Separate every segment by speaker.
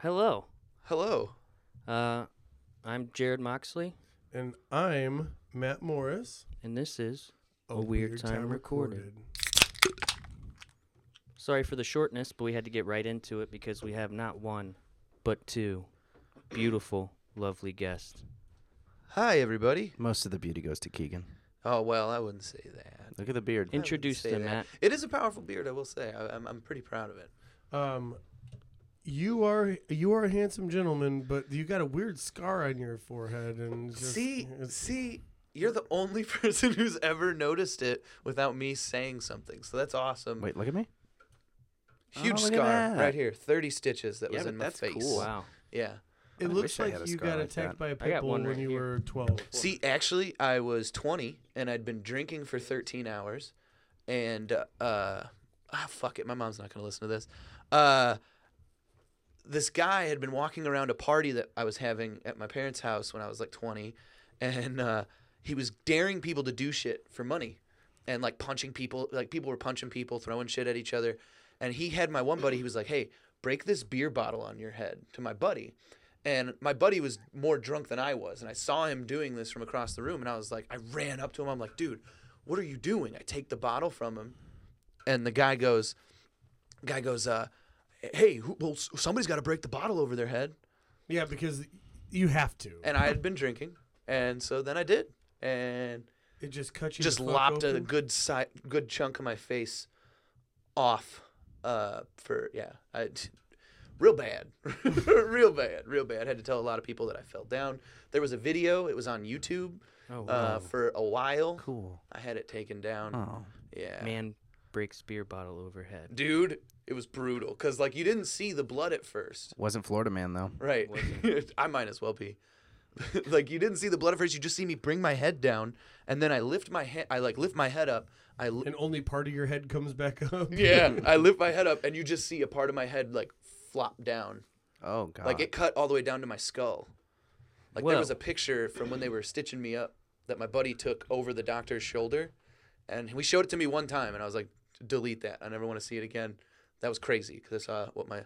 Speaker 1: Hello.
Speaker 2: Hello.
Speaker 1: Uh, I'm Jared Moxley,
Speaker 3: And I'm Matt Morris.
Speaker 1: and this is A Weird Time Recorded. sorry for the shortness, but we had to get right into it because we have not one, but two beautiful, lovely guests.
Speaker 2: Hi, everybody.
Speaker 4: Most of the beauty goes to Keegan.
Speaker 2: Oh, well, I wouldn't say that. I
Speaker 4: Look at the beard.
Speaker 1: In-
Speaker 2: wouldn't
Speaker 1: Introduce
Speaker 2: say
Speaker 1: them,
Speaker 2: that.
Speaker 1: Matt.
Speaker 2: It is a powerful beard, I will say. I, I'm, I'm pretty proud of it.
Speaker 3: Um, you are you are a handsome gentleman, but you got a weird scar on your forehead, and just,
Speaker 2: see,
Speaker 3: it's-
Speaker 2: see, you're the only person who's ever noticed it without me saying something. So that's awesome.
Speaker 4: Wait, look at me.
Speaker 2: Huge
Speaker 4: Oh, look at
Speaker 2: scar
Speaker 4: that.
Speaker 2: right here. 30 stitches that
Speaker 4: Yeah,
Speaker 2: was
Speaker 4: but
Speaker 2: in my
Speaker 4: that's
Speaker 2: face.
Speaker 4: cool.
Speaker 1: Wow.
Speaker 2: Yeah.
Speaker 3: it
Speaker 4: I
Speaker 3: looks
Speaker 4: wish I
Speaker 3: like
Speaker 4: had a
Speaker 3: you
Speaker 4: scar
Speaker 3: got
Speaker 4: like
Speaker 3: attacked
Speaker 4: that.
Speaker 3: by a
Speaker 1: I
Speaker 3: pit
Speaker 1: got
Speaker 3: bull
Speaker 1: one
Speaker 3: when
Speaker 1: right
Speaker 3: you
Speaker 1: here.
Speaker 3: were twelve.
Speaker 2: See, actually, I was 20 and I'd been drinking for 13 hours, and uh, ah, fuck it, my mom's not gonna listen to this. Uh, this guy had been walking around a party that I was having at my parents' house when I was like 20, and uh, he was daring people to do shit for money, and like punching people, like people were punching people, throwing shit at each other, and he had my one buddy. He was like, "Hey, break this beer bottle on your head," to my buddy. And my buddy was more drunk than I was. And I saw him doing this from across the room. And I was like, I ran up to him. I'm like, dude, what are you doing? I take the bottle from him. And the guy goes, guy goes, uh, hey, who, well, s- somebody's got to break the bottle over their head.
Speaker 3: Yeah, because you have to.
Speaker 2: And I had been drinking. And so then I did. And
Speaker 3: It just cuts you.
Speaker 2: just
Speaker 3: the fuck
Speaker 2: lopped a
Speaker 3: open.
Speaker 2: good si- good chunk of my face off uh, for, yeah, I, t- real bad. real bad. Real bad. had to tell a lot of people that I fell down. There was a video, it was on YouTube.
Speaker 1: Oh, wow.
Speaker 2: uh, for a while.
Speaker 4: Cool.
Speaker 2: I had it taken down.
Speaker 4: Oh.
Speaker 2: Yeah.
Speaker 1: Man breaks beer bottle overhead.
Speaker 2: Dude, it was brutal because, like, you didn't see the blood at first.
Speaker 4: Wasn't Florida man though.
Speaker 2: Right. I might as well be. like, you didn't see the blood at first. You just see me bring my head down, and then I lift my head. I, like, lift my head up. I, li-
Speaker 3: and only part of your head comes back up.
Speaker 2: yeah, I lift my head up, and you just see a part of my head, like, flop down.
Speaker 4: Oh god.
Speaker 2: Like, it cut all the way down to my skull. Like, there was
Speaker 1: Whoa.
Speaker 2: a picture from when they were stitching me up that my buddy took over the doctor's shoulder. And he showed it to me one time, and I was like, delete that. I never want to see it again. That was crazy because I saw what my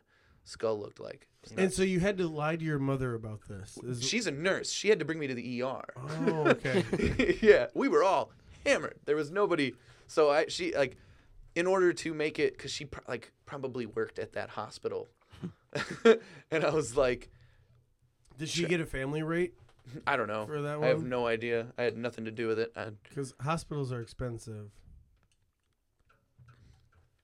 Speaker 2: skull looked like. It was
Speaker 3: And so you had to lie to your mother about this.
Speaker 2: nuts.
Speaker 3: Is-
Speaker 2: She's a nurse. She had to bring me to the ER.
Speaker 3: oh, okay.
Speaker 2: yeah, we were all hammered. There was nobody. So I, she, like, in order to make it, because she, pr- like, probably worked at that hospital. and I was like,
Speaker 3: Did she get a family rate?
Speaker 2: I don't know.
Speaker 3: For that
Speaker 2: I have
Speaker 3: one?
Speaker 2: no idea. I had nothing to do with it. I,
Speaker 3: Because hospitals are expensive.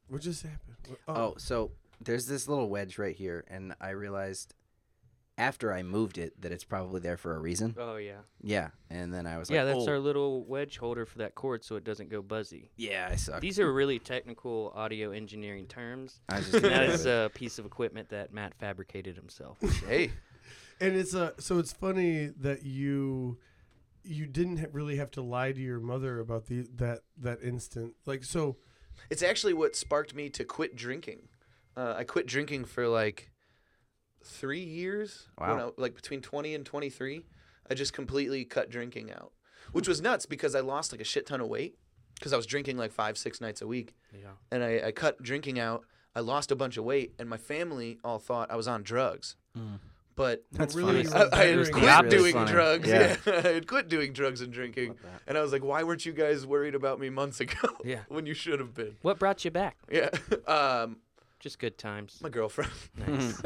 Speaker 3: What just happened?
Speaker 4: Oh, so there's this little wedge right here, and I realized after I moved it that it's probably there for a reason.
Speaker 1: Oh, yeah.
Speaker 4: Yeah. And then I was like,
Speaker 1: Yeah, that's
Speaker 4: oh,
Speaker 1: our little wedge holder for that cord so it doesn't go buzzy.
Speaker 4: Yeah, I suck.
Speaker 1: These are really technical audio engineering terms.
Speaker 4: I was just
Speaker 1: And
Speaker 4: gonna
Speaker 1: that
Speaker 4: do
Speaker 1: is uh,
Speaker 4: it.
Speaker 1: a piece of equipment that Matt fabricated himself.
Speaker 2: hey,
Speaker 3: and it's uh, so it's funny that you you didn't ha- really have to lie to your mother about the that that instant. Like so,
Speaker 2: It's actually what sparked me to quit drinking. Uh, I quit drinking for like three years. when
Speaker 4: Wow.
Speaker 2: I- like between 20 and 23, I just completely cut drinking out, which was nuts because I lost like a shit ton of weight because I was drinking like five, six nights a week.
Speaker 1: Yeah.
Speaker 2: And I, I cut drinking out. I lost a bunch of weight, and my family all thought I was on drugs.
Speaker 4: Mm.
Speaker 2: But
Speaker 4: That's
Speaker 3: really
Speaker 4: funny.
Speaker 3: you
Speaker 2: I,
Speaker 3: were
Speaker 2: I had
Speaker 3: bettering
Speaker 2: quit
Speaker 4: That's
Speaker 3: yourself.
Speaker 4: really
Speaker 2: doing
Speaker 4: funny.
Speaker 2: drugs. Yeah.
Speaker 4: Yeah.
Speaker 2: I had quit doing drugs and drinking. And I was like, why weren't you guys worried about me months ago
Speaker 1: Yeah.
Speaker 2: when you should have been?
Speaker 1: What brought you back?
Speaker 2: Yeah. Um,
Speaker 1: Just good times.
Speaker 2: my girlfriend.
Speaker 1: Nice.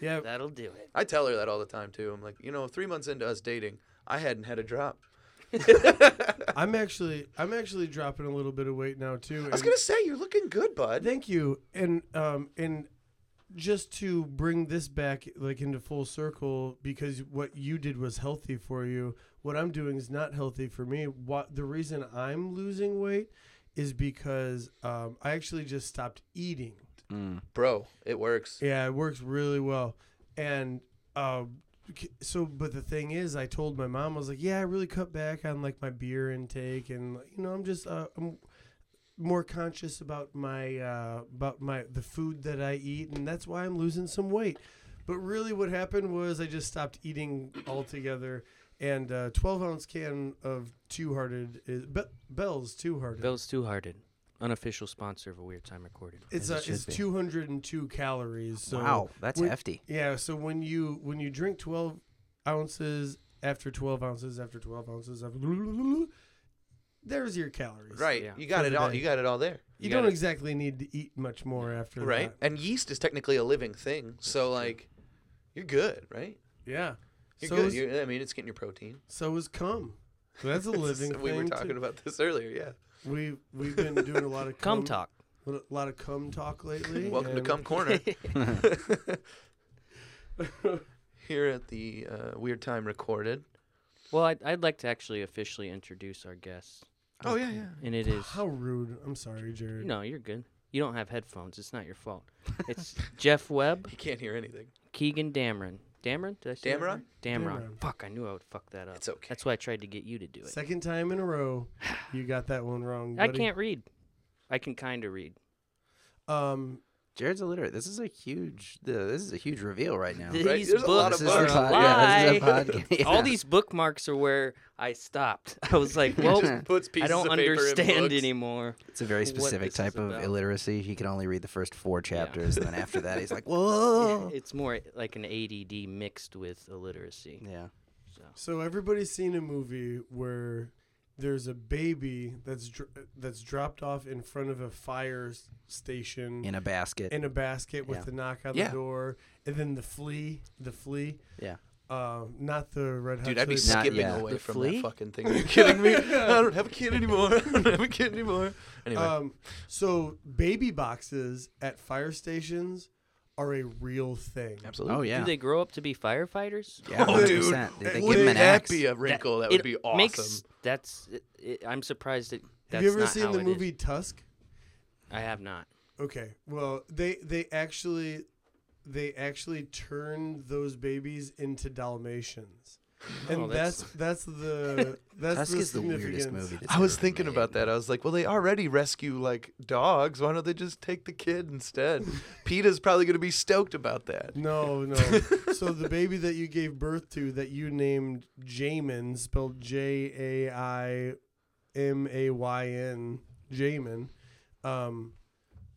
Speaker 3: yeah,
Speaker 1: That'll do it.
Speaker 2: I tell her that all the time too. I'm like, you know, three months into us dating, I hadn't had a drop.
Speaker 3: I'm actually I'm actually dropping a little bit of weight now too.
Speaker 2: I was
Speaker 3: and-
Speaker 2: gonna say you're looking good, bud.
Speaker 3: Thank you. And um and just to bring this back like into full circle because what you did was healthy for you. What I'm doing is not healthy for me. What the reason I'm losing weight is because um, I actually just stopped eating.
Speaker 2: Bro, it works.
Speaker 3: Yeah, it works really well. And uh, k- so, but the thing is, I told my mom, I was like, yeah, I really cut back on like my beer intake, and like, you know, I'm just uh, I'm more conscious about my uh, about my the food that I eat, and that's why I'm losing some weight. But really, what happened was I just stopped eating altogether. And uh, a 12 ounce can of Two Hearted is uh, Be- Bell's Two Hearted.
Speaker 1: Bill's two hearted. unofficial sponsor of a Weird Time Recorded.
Speaker 3: It's
Speaker 4: As
Speaker 3: a,
Speaker 4: it should
Speaker 3: it's
Speaker 4: be.
Speaker 3: 202 calories. So
Speaker 4: wow, that's
Speaker 3: when-
Speaker 4: hefty.
Speaker 3: Yeah, so when you when you drink 12 ounces after 12 ounces after 12 ounces after there's your calories.
Speaker 2: Right.
Speaker 1: Yeah.
Speaker 2: You got
Speaker 3: For
Speaker 2: it
Speaker 3: the
Speaker 2: all.
Speaker 3: day.
Speaker 2: You got it all there.
Speaker 3: You,
Speaker 2: got
Speaker 3: don't
Speaker 2: it-
Speaker 3: exactly need to eat much more after
Speaker 2: right.
Speaker 3: that.
Speaker 2: And yeast is technically a living thing, so like, you're good, right?
Speaker 3: Yeah.
Speaker 2: You're
Speaker 3: so
Speaker 2: good.
Speaker 3: Is,
Speaker 2: You're, I mean, it's getting your protein.
Speaker 3: so is cum. That's a living
Speaker 2: we
Speaker 3: thing.
Speaker 2: were talking
Speaker 3: too.
Speaker 2: about this earlier. Yeah.
Speaker 3: We we've been doing a lot of
Speaker 1: Come talk.
Speaker 3: A lot of cum talk lately.
Speaker 2: Welcome to
Speaker 3: and-
Speaker 2: Come Corner. Here at the uh, Weird Time Recorded.
Speaker 1: Well, I'd, I'd like to actually officially introduce our guest,
Speaker 2: Oh yeah, yeah.
Speaker 1: and it is
Speaker 3: How rude. I'm sorry, Jared.
Speaker 1: no, you're good. You don't have headphones. It's not your fault. It's Jeff Webb,
Speaker 2: He can't hear anything.
Speaker 1: Keegan Dameron. Dameron? Did I say that
Speaker 2: Dameron?
Speaker 1: right? Dameron?
Speaker 3: Dameron.
Speaker 1: Fuck, I knew I would fuck that up.
Speaker 2: It's okay.
Speaker 1: That's why I tried to get you to do it.
Speaker 3: Second time in a row, you got that one wrong.
Speaker 1: I
Speaker 3: buddy.
Speaker 1: can't read. I can kind of read.
Speaker 3: Um,
Speaker 4: Jared's illiterate. This is a huge. th- This is a huge reveal right now.
Speaker 1: These
Speaker 2: Right, there's a lot
Speaker 1: books
Speaker 4: this
Speaker 2: of
Speaker 4: is
Speaker 1: are
Speaker 4: the
Speaker 1: a
Speaker 2: books.
Speaker 4: pod, yeah, this is a
Speaker 1: lie.
Speaker 4: podcast. Yeah.
Speaker 1: All these bookmarks are where I stopped. I was like, well,
Speaker 2: Puts
Speaker 1: I
Speaker 2: pieces
Speaker 1: don't
Speaker 2: of paper in
Speaker 1: understand
Speaker 2: books.
Speaker 1: anymore.
Speaker 4: It's a very
Speaker 1: what
Speaker 4: specific
Speaker 1: this is
Speaker 4: type of
Speaker 1: about.
Speaker 4: illiteracy. He can only read the first four chapters, and then after that, he's like, "Whoa."
Speaker 2: Oh.
Speaker 1: It's more eh, like an ADD mixed with illiteracy.
Speaker 4: Yeah.
Speaker 3: So everybody's seen a movie where there's a baby that's dr- that's dropped off in front of a fire s- station
Speaker 4: In a basket.
Speaker 3: in a basket with
Speaker 4: Yeah.
Speaker 3: the knock on
Speaker 2: Yeah.
Speaker 3: the door, and then the flea, the flea,
Speaker 4: yeah.
Speaker 3: uh, not the red hot.
Speaker 2: Dude, I'd be
Speaker 3: Chili
Speaker 4: Not
Speaker 2: skipping
Speaker 4: yet.
Speaker 2: away
Speaker 1: The
Speaker 2: from
Speaker 1: flea?
Speaker 2: that fucking thing. Are you kidding me? I don't have a kid anymore. I don't have a kid anymore. Anyway,
Speaker 3: Um, so baby boxes at fire stations are a real thing.
Speaker 2: absolutely.
Speaker 4: Oh yeah.
Speaker 1: Do they grow up to be firefighters?
Speaker 4: yeah,
Speaker 2: Oh,
Speaker 4: 100%.
Speaker 2: dude,
Speaker 4: They, they
Speaker 2: would
Speaker 4: give him an
Speaker 2: that
Speaker 4: axe.
Speaker 2: be a wrinkle? That, would
Speaker 1: it
Speaker 2: be awesome.
Speaker 1: Makes, that's. It, it, I'm surprised that.
Speaker 3: Have
Speaker 1: That's
Speaker 3: you ever
Speaker 1: not
Speaker 3: seen
Speaker 1: how
Speaker 3: the
Speaker 1: it is.
Speaker 3: movie Tusk?
Speaker 1: I have not.
Speaker 3: Okay. Well, they they actually they actually turned those babies into Dalmatians. And
Speaker 1: Oh, that's-
Speaker 3: that's that's the that's
Speaker 4: Tusk
Speaker 3: the
Speaker 4: is the weirdest
Speaker 3: significance.
Speaker 4: movie. That's
Speaker 2: I was
Speaker 4: ever
Speaker 2: thinking
Speaker 4: made.
Speaker 2: about that. I was like, well, they already rescue like dogs. Why don't they just take the kid instead? PETA's probably going to be stoked about that.
Speaker 3: No, no. so the baby that you gave birth to that you named Jamin, spelled J A I M A Y N, Jamin. Um,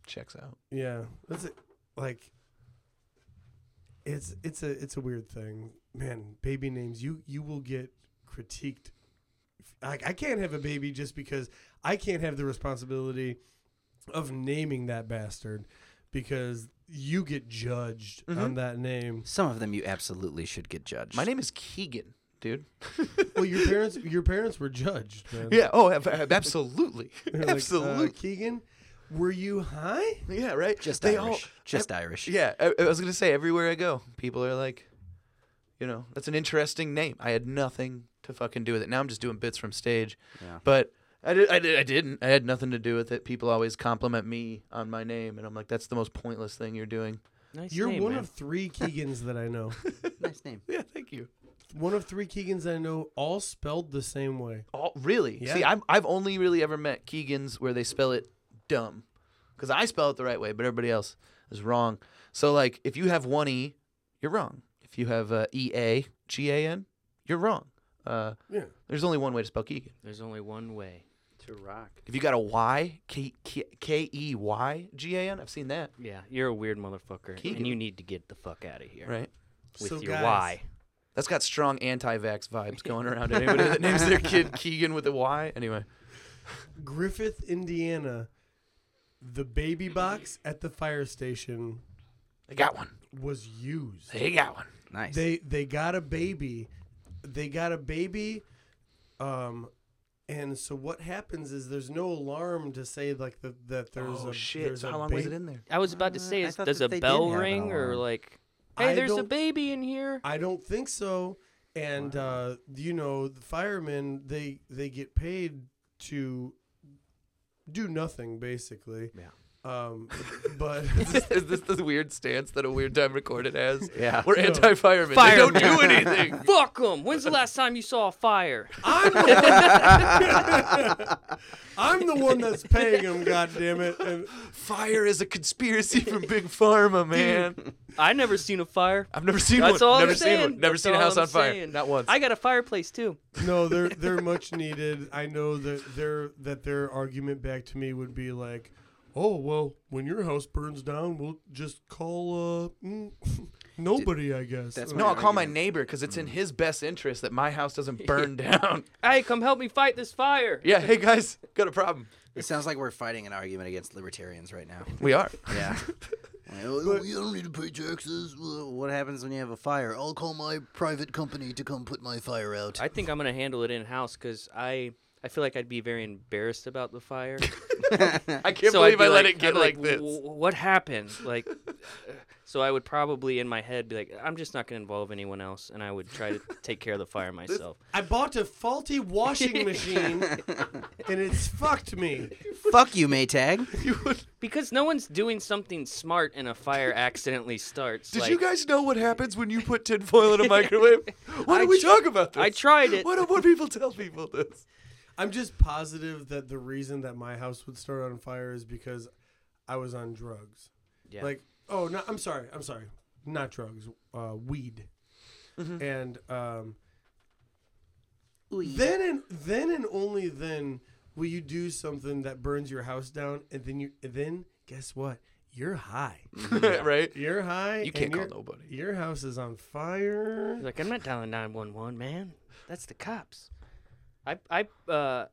Speaker 2: Checks out.
Speaker 3: yeah, that's it. Like, it's it's a it's a weird thing, man. Baby names you you will get critiqued. Like I can't have a baby just because I can't have the responsibility of naming that bastard because you get judged
Speaker 2: Mm-hmm.
Speaker 3: on that name.
Speaker 4: Some of them you absolutely should get judged.
Speaker 2: My name is Keegan, dude.
Speaker 3: Well, your parents your parents were judged. Man.
Speaker 2: Yeah. Oh, ab- ab- absolutely.
Speaker 3: They're like, uh,
Speaker 2: absolutely.
Speaker 3: Keegan, were you high?
Speaker 2: yeah, right?
Speaker 4: just
Speaker 2: they
Speaker 4: Irish.
Speaker 2: all.
Speaker 4: just Irish.
Speaker 2: Yeah, I, I was gonna say everywhere I go, people are like, you know, that's an interesting name. I had nothing to fucking do with it. Now I'm just doing bits from stage,
Speaker 4: Yeah.
Speaker 2: but I did, I, did, I didn't. I had nothing to do with it. People always compliment me on my name, and I'm like, that's the most pointless thing you're doing.
Speaker 1: Nice
Speaker 3: You're
Speaker 1: name,
Speaker 3: one
Speaker 1: man.
Speaker 3: of three Keegans that I know.
Speaker 4: Nice name.
Speaker 2: Yeah, thank you.
Speaker 3: One of three Keegans I know, all spelled the same way.
Speaker 2: Oh, really?
Speaker 3: Yeah.
Speaker 2: See, I'm, I've only really ever met Keegans where they spell it dumb, because I spell it the right way, but everybody else is wrong. So like, if you have one e, you're wrong. If you have uh, e a g a n, you're wrong. Uh,
Speaker 3: Yeah.
Speaker 2: there's only one way to spell Keegan.
Speaker 1: There's only one way.
Speaker 4: To rock.
Speaker 2: If you got a Y, K K K E Y G A N, I've seen that.
Speaker 1: Yeah, you're a weird motherfucker,
Speaker 2: Keegan.
Speaker 1: and you need to get the fuck out of here
Speaker 2: Right.
Speaker 1: with
Speaker 3: So
Speaker 1: your
Speaker 3: guys-
Speaker 1: why.
Speaker 2: That's got strong anti-vax vibes going around. Anybody that names their kid Keegan with a Y, anyway.
Speaker 3: Griffith, Indiana, the baby box at the fire station
Speaker 2: They got one.
Speaker 3: was used.
Speaker 2: They got one.
Speaker 4: Nice.
Speaker 3: They they got a baby. They got a baby. Um and so what happens is there's no alarm to say like the, that there's
Speaker 2: oh
Speaker 3: a
Speaker 2: shit!
Speaker 3: there's
Speaker 2: So
Speaker 3: a
Speaker 2: how long was
Speaker 3: ba-
Speaker 2: it in there?
Speaker 1: I was
Speaker 3: uh,
Speaker 1: about to say,
Speaker 4: I
Speaker 1: is,
Speaker 4: thought
Speaker 1: does
Speaker 4: that
Speaker 1: a
Speaker 4: they did
Speaker 1: bell
Speaker 4: have an
Speaker 1: ring or
Speaker 4: alarm.
Speaker 1: like,
Speaker 3: I
Speaker 1: hey, there's a
Speaker 3: don't-
Speaker 1: baby in here?
Speaker 3: I don't think so. And uh, you know, the firemen they they get paid to do nothing basically.
Speaker 1: Yeah.
Speaker 3: Um, but
Speaker 2: Is this the weird stance that a weird time recorded has?
Speaker 4: Yeah.
Speaker 2: We're anti-firemen. They don't do
Speaker 1: Firemen.
Speaker 2: anything.
Speaker 1: Fuck them. When's the last time you saw a fire?
Speaker 3: I'm the one, I'm the one that's paying them. God damn it! And
Speaker 2: Fire is a conspiracy from Big Pharma, man.
Speaker 1: I never seen a fire.
Speaker 2: I've never seen
Speaker 1: That's
Speaker 2: one.
Speaker 1: all
Speaker 2: never
Speaker 1: I'm
Speaker 2: seen
Speaker 1: saying.
Speaker 2: one. Never
Speaker 1: That's
Speaker 2: seen a
Speaker 1: all
Speaker 2: house
Speaker 1: I'm
Speaker 2: on fire.
Speaker 1: saying.
Speaker 2: Not once.
Speaker 1: I got a fireplace too.
Speaker 3: no, they're they're much needed. I know that their that their argument back to me would be like, oh well, when your house burns down, we'll just call uh mm, nobody, I guess. Uh,
Speaker 4: that's
Speaker 3: And
Speaker 2: no,
Speaker 3: I'm
Speaker 2: I'll call my
Speaker 4: argument.
Speaker 2: neighbor because it's in his best interest that my house doesn't burn down.
Speaker 1: Hey, come help me fight this fire.
Speaker 2: Yeah, hey guys, got a problem.
Speaker 4: It sounds like we're fighting an argument against libertarians right now.
Speaker 2: We are.
Speaker 4: Yeah. oh, you don't need to pay taxes. Well, What happens when you have a fire?
Speaker 5: I'll call my private company to come put my fire out.
Speaker 1: I think I'm gonna handle it in house because I I feel like I'd be very embarrassed about the fire.
Speaker 2: I can't
Speaker 1: So I'd
Speaker 2: believe
Speaker 1: be
Speaker 2: I let
Speaker 1: like-
Speaker 2: it get
Speaker 1: I'd be
Speaker 2: like, this.
Speaker 1: "W- What happened? Like, so I would probably in my head be like, I'm just not gonna involve anyone else, and I would try to take care of the fire myself.
Speaker 3: I bought a faulty washing machine, and it's fucked me.
Speaker 4: Fuck you, Maytag.
Speaker 1: Because no one's doing something smart and a fire accidentally starts.
Speaker 2: Did
Speaker 1: like,
Speaker 2: you guys know what happens when you put tinfoil in a microwave? Why
Speaker 1: I
Speaker 2: do we
Speaker 1: tr-
Speaker 2: talk about this?
Speaker 1: I tried it.
Speaker 2: Why don't more people tell people this?
Speaker 3: I'm just positive that the reason that my house would start on fire is because I was on drugs.
Speaker 1: Yeah.
Speaker 3: Like, oh no, I'm sorry, I'm sorry, not drugs, uh, weed.
Speaker 2: Mm-hmm.
Speaker 3: And um, then and then and only then will you do something that burns your house down, and then you and then guess what? You're high.
Speaker 2: right?
Speaker 3: You're high.
Speaker 2: Mm-hmm. You can't
Speaker 3: and
Speaker 2: call
Speaker 3: your-
Speaker 2: nobody.
Speaker 3: Your house is on fire.
Speaker 1: Like I'm not dialing 911, man. That's the cops. I I uh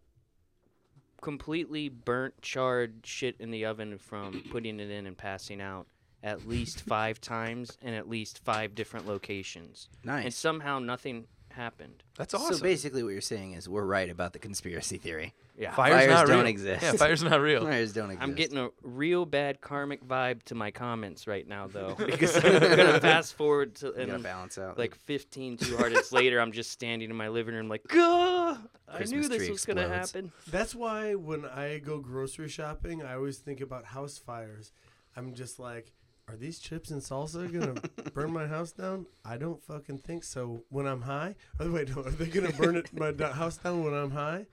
Speaker 1: completely burnt charred shit in the oven from putting it in and passing out at least 5 times in at least 5 different locations. And
Speaker 4: Nice.
Speaker 1: somehow nothing happened.
Speaker 2: That's awesome.
Speaker 4: So basically, what you're saying is we're right about the conspiracy theory.
Speaker 1: Yeah.
Speaker 2: Fire's
Speaker 4: Fires
Speaker 2: not
Speaker 4: don't
Speaker 2: real.
Speaker 4: exist.
Speaker 2: Yeah, fire's not real.
Speaker 4: Fires don't exist.
Speaker 1: I'm getting a real bad karmic vibe to my comments right now though because I'm going to fast forward to
Speaker 4: gotta
Speaker 1: and
Speaker 4: balance out.
Speaker 1: like 15 two hardest later I'm just standing in my living room like, "Gah! I knew
Speaker 4: Christmas
Speaker 1: this
Speaker 4: tree
Speaker 1: was going to
Speaker 4: explodes.
Speaker 1: happen."
Speaker 3: That's why when I go grocery shopping, I always think about house fires. I'm just like, are these chips and salsa gonna burn my house down? I don't fucking think so. When I'm high, or wait, no, are they gonna burn it, my do- house down when I'm high?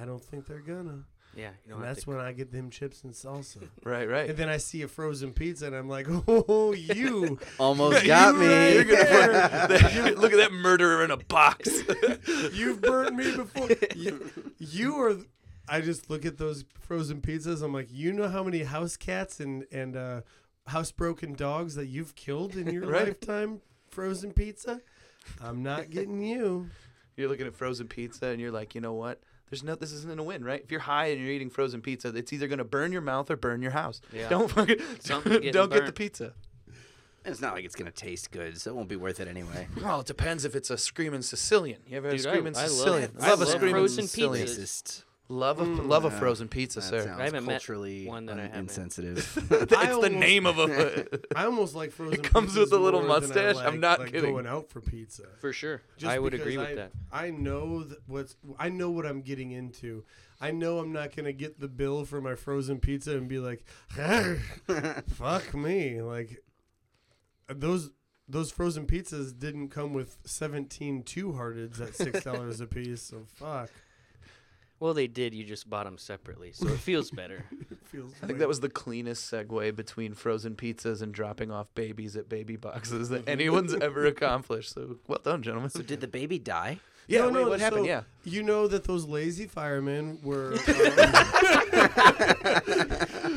Speaker 3: I don't think they're gonna.
Speaker 1: Yeah, you don't
Speaker 3: And
Speaker 1: have
Speaker 3: that's
Speaker 1: to
Speaker 3: when I get them chips and salsa.
Speaker 2: Right, right.
Speaker 3: and then I see a frozen pizza, and I'm like, oh, you
Speaker 4: Almost got
Speaker 3: you
Speaker 4: me.
Speaker 3: right there.
Speaker 2: Look at that murderer in a box.
Speaker 3: You've burnt me before. You, you are. I just look at those frozen pizzas. I'm like, you know how many house cats and and uh, housebroken dogs that you've killed in your
Speaker 2: Right.
Speaker 3: lifetime? Frozen pizza. I'm not getting you.
Speaker 2: you're looking at frozen pizza and you're like, you know what? There's no. This isn't a win, right? If you're high and you're eating frozen pizza, it's either gonna burn your mouth or burn your house.
Speaker 1: Yeah.
Speaker 2: Don't fucking.
Speaker 1: Something's getting
Speaker 2: Don't get the
Speaker 1: burnt.
Speaker 2: pizza.
Speaker 4: It's not like it's gonna taste good, so it won't be worth it anyway.
Speaker 2: Well, it depends if it's a screaming Sicilian. You ever had
Speaker 1: Dude,
Speaker 2: a
Speaker 1: I-
Speaker 2: screaming
Speaker 1: I love-
Speaker 2: Sicilian?
Speaker 1: I
Speaker 2: a
Speaker 1: love
Speaker 2: screaming
Speaker 1: frozen
Speaker 2: Sicilian.
Speaker 1: pizzas.
Speaker 4: Racist.
Speaker 2: Love a love a frozen pizza,
Speaker 4: Mm. That
Speaker 2: sir.
Speaker 4: sounds
Speaker 1: I haven't met
Speaker 4: culturally
Speaker 1: one that I
Speaker 4: un-
Speaker 1: haven't.
Speaker 4: insensitive.
Speaker 2: it's
Speaker 3: I
Speaker 2: the
Speaker 3: almost-
Speaker 2: name of a.
Speaker 3: I almost like frozen.
Speaker 2: comes with
Speaker 3: pizzas
Speaker 2: a little
Speaker 3: more than I
Speaker 2: mustache. I'm
Speaker 3: like-
Speaker 2: not
Speaker 3: like
Speaker 2: kidding.
Speaker 3: Going out for pizza.
Speaker 1: For sure.
Speaker 3: Just
Speaker 1: I would
Speaker 3: because
Speaker 1: agree with
Speaker 3: I,
Speaker 1: that.
Speaker 3: I know th- what's I know what I'm getting into. I know I'm not gonna get the bill for my frozen pizza and be like, "Fuck me!" Like those those frozen pizzas didn't come with 17 two-hearteds at six dollars a piece. So fuck.
Speaker 1: Well, they did. You just bought them separately, so it feels better.
Speaker 3: It feels
Speaker 2: I think that was the cleanest segue between frozen pizzas and dropping off babies at baby boxes that anyone's ever accomplished. So well done, gentlemen.
Speaker 4: so did the baby die?
Speaker 2: yeah,
Speaker 3: No,
Speaker 2: wait,
Speaker 3: no,
Speaker 2: what happened?
Speaker 3: so
Speaker 2: yeah,
Speaker 3: You know that those lazy firemen were um,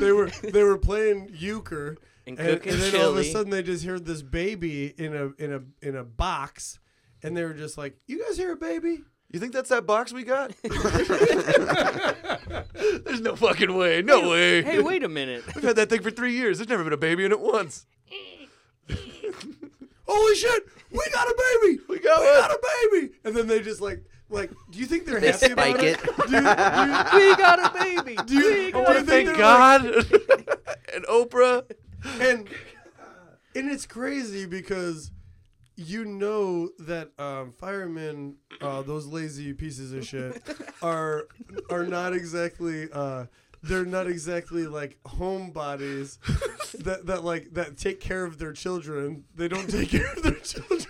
Speaker 3: they were they were playing euchre
Speaker 1: And
Speaker 3: and,
Speaker 1: cooking
Speaker 3: and then all of a
Speaker 1: chili.
Speaker 3: sudden they just heard this baby in a in a in a box and they were just like, "You guys hear a baby?"
Speaker 2: you think that's that box we got? There's no fucking way, no way.
Speaker 1: hey, wait a minute.
Speaker 2: We've had that thing for three years. There's never been a baby in it once.
Speaker 3: Holy shit! We got a baby!
Speaker 2: We got
Speaker 3: We got
Speaker 2: one.
Speaker 3: a baby! And then they just like like, do you think they're
Speaker 4: They
Speaker 3: happy
Speaker 4: spike
Speaker 3: about it?
Speaker 4: it.
Speaker 3: Do you,
Speaker 1: we got a baby.
Speaker 3: do you, do you,
Speaker 1: We
Speaker 3: do you
Speaker 1: got a
Speaker 3: think
Speaker 2: Thank
Speaker 3: they're like-
Speaker 2: God and Oprah.
Speaker 3: and and it's crazy because you know that um, firemen, uh, those lazy pieces of shit, are are not exactly uh, they're not exactly like homebodies that, that like that take care of their children. They don't take care of their children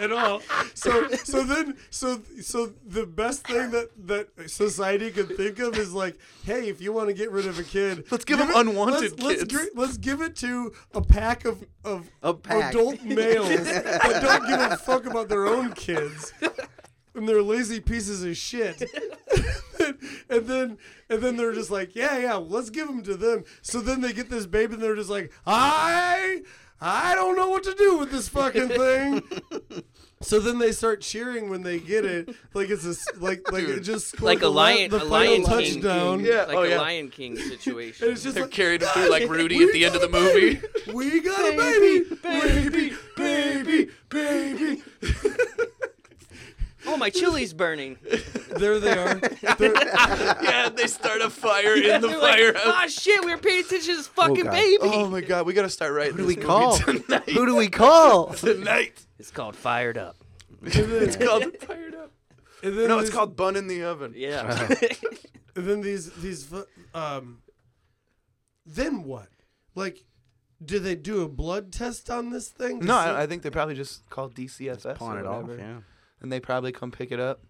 Speaker 3: at all. So so then so so the best thing that that society could think of is like, hey, if you want to get rid of a kid,
Speaker 2: Let's give 'em
Speaker 3: it-
Speaker 2: unwanted
Speaker 3: let's,
Speaker 2: kids.
Speaker 3: Let's, gr- let's give it to a pack of of
Speaker 4: A pack.
Speaker 3: adult males that don't give a fuck about their own kids and they're lazy pieces of shit. and then and then they're just like, yeah, yeah, let's give them to them. So then they get this baby, and they're just like, I, I don't know what to do with this fucking thing. so then they start cheering when they get it, like it's a s- like like it just scored
Speaker 1: like a
Speaker 3: the la-
Speaker 1: lion,
Speaker 3: the
Speaker 1: a
Speaker 3: final
Speaker 1: lion king,
Speaker 3: touchdown.
Speaker 2: Yeah,
Speaker 1: like
Speaker 2: oh,
Speaker 1: a
Speaker 2: yeah.
Speaker 1: lion king situation.
Speaker 3: And it's just
Speaker 2: They're
Speaker 3: like,
Speaker 2: carried him through like Rudy
Speaker 3: we
Speaker 2: at the end of
Speaker 3: got
Speaker 2: the
Speaker 3: a
Speaker 2: movie.
Speaker 3: we got a baby, baby, baby, baby.
Speaker 1: oh, my chili's burning.
Speaker 3: there they are. They're,
Speaker 2: yeah, they start a fire in the
Speaker 1: They're like,
Speaker 2: firehouse.
Speaker 1: ah, shit, we were paying attention to this fucking
Speaker 4: God.
Speaker 1: baby.
Speaker 2: Oh my god, we gotta start writing.
Speaker 4: Who do
Speaker 2: this
Speaker 4: we call?
Speaker 2: movie tonight?
Speaker 4: Who do we call?
Speaker 2: tonight?
Speaker 1: It's called fired up.
Speaker 2: It's called Fired Up.
Speaker 3: and then
Speaker 2: No, it's
Speaker 3: this-
Speaker 2: called Bun in the Oven.
Speaker 1: Yeah.
Speaker 3: And then these these fu- um then what? Like do they do a blood test on this thing? to
Speaker 2: No,
Speaker 3: see-
Speaker 2: I, I think they probably just call DCFS
Speaker 4: Pawn
Speaker 2: or
Speaker 4: it off,
Speaker 2: whatever,
Speaker 4: yeah.
Speaker 2: and they probably come pick it up.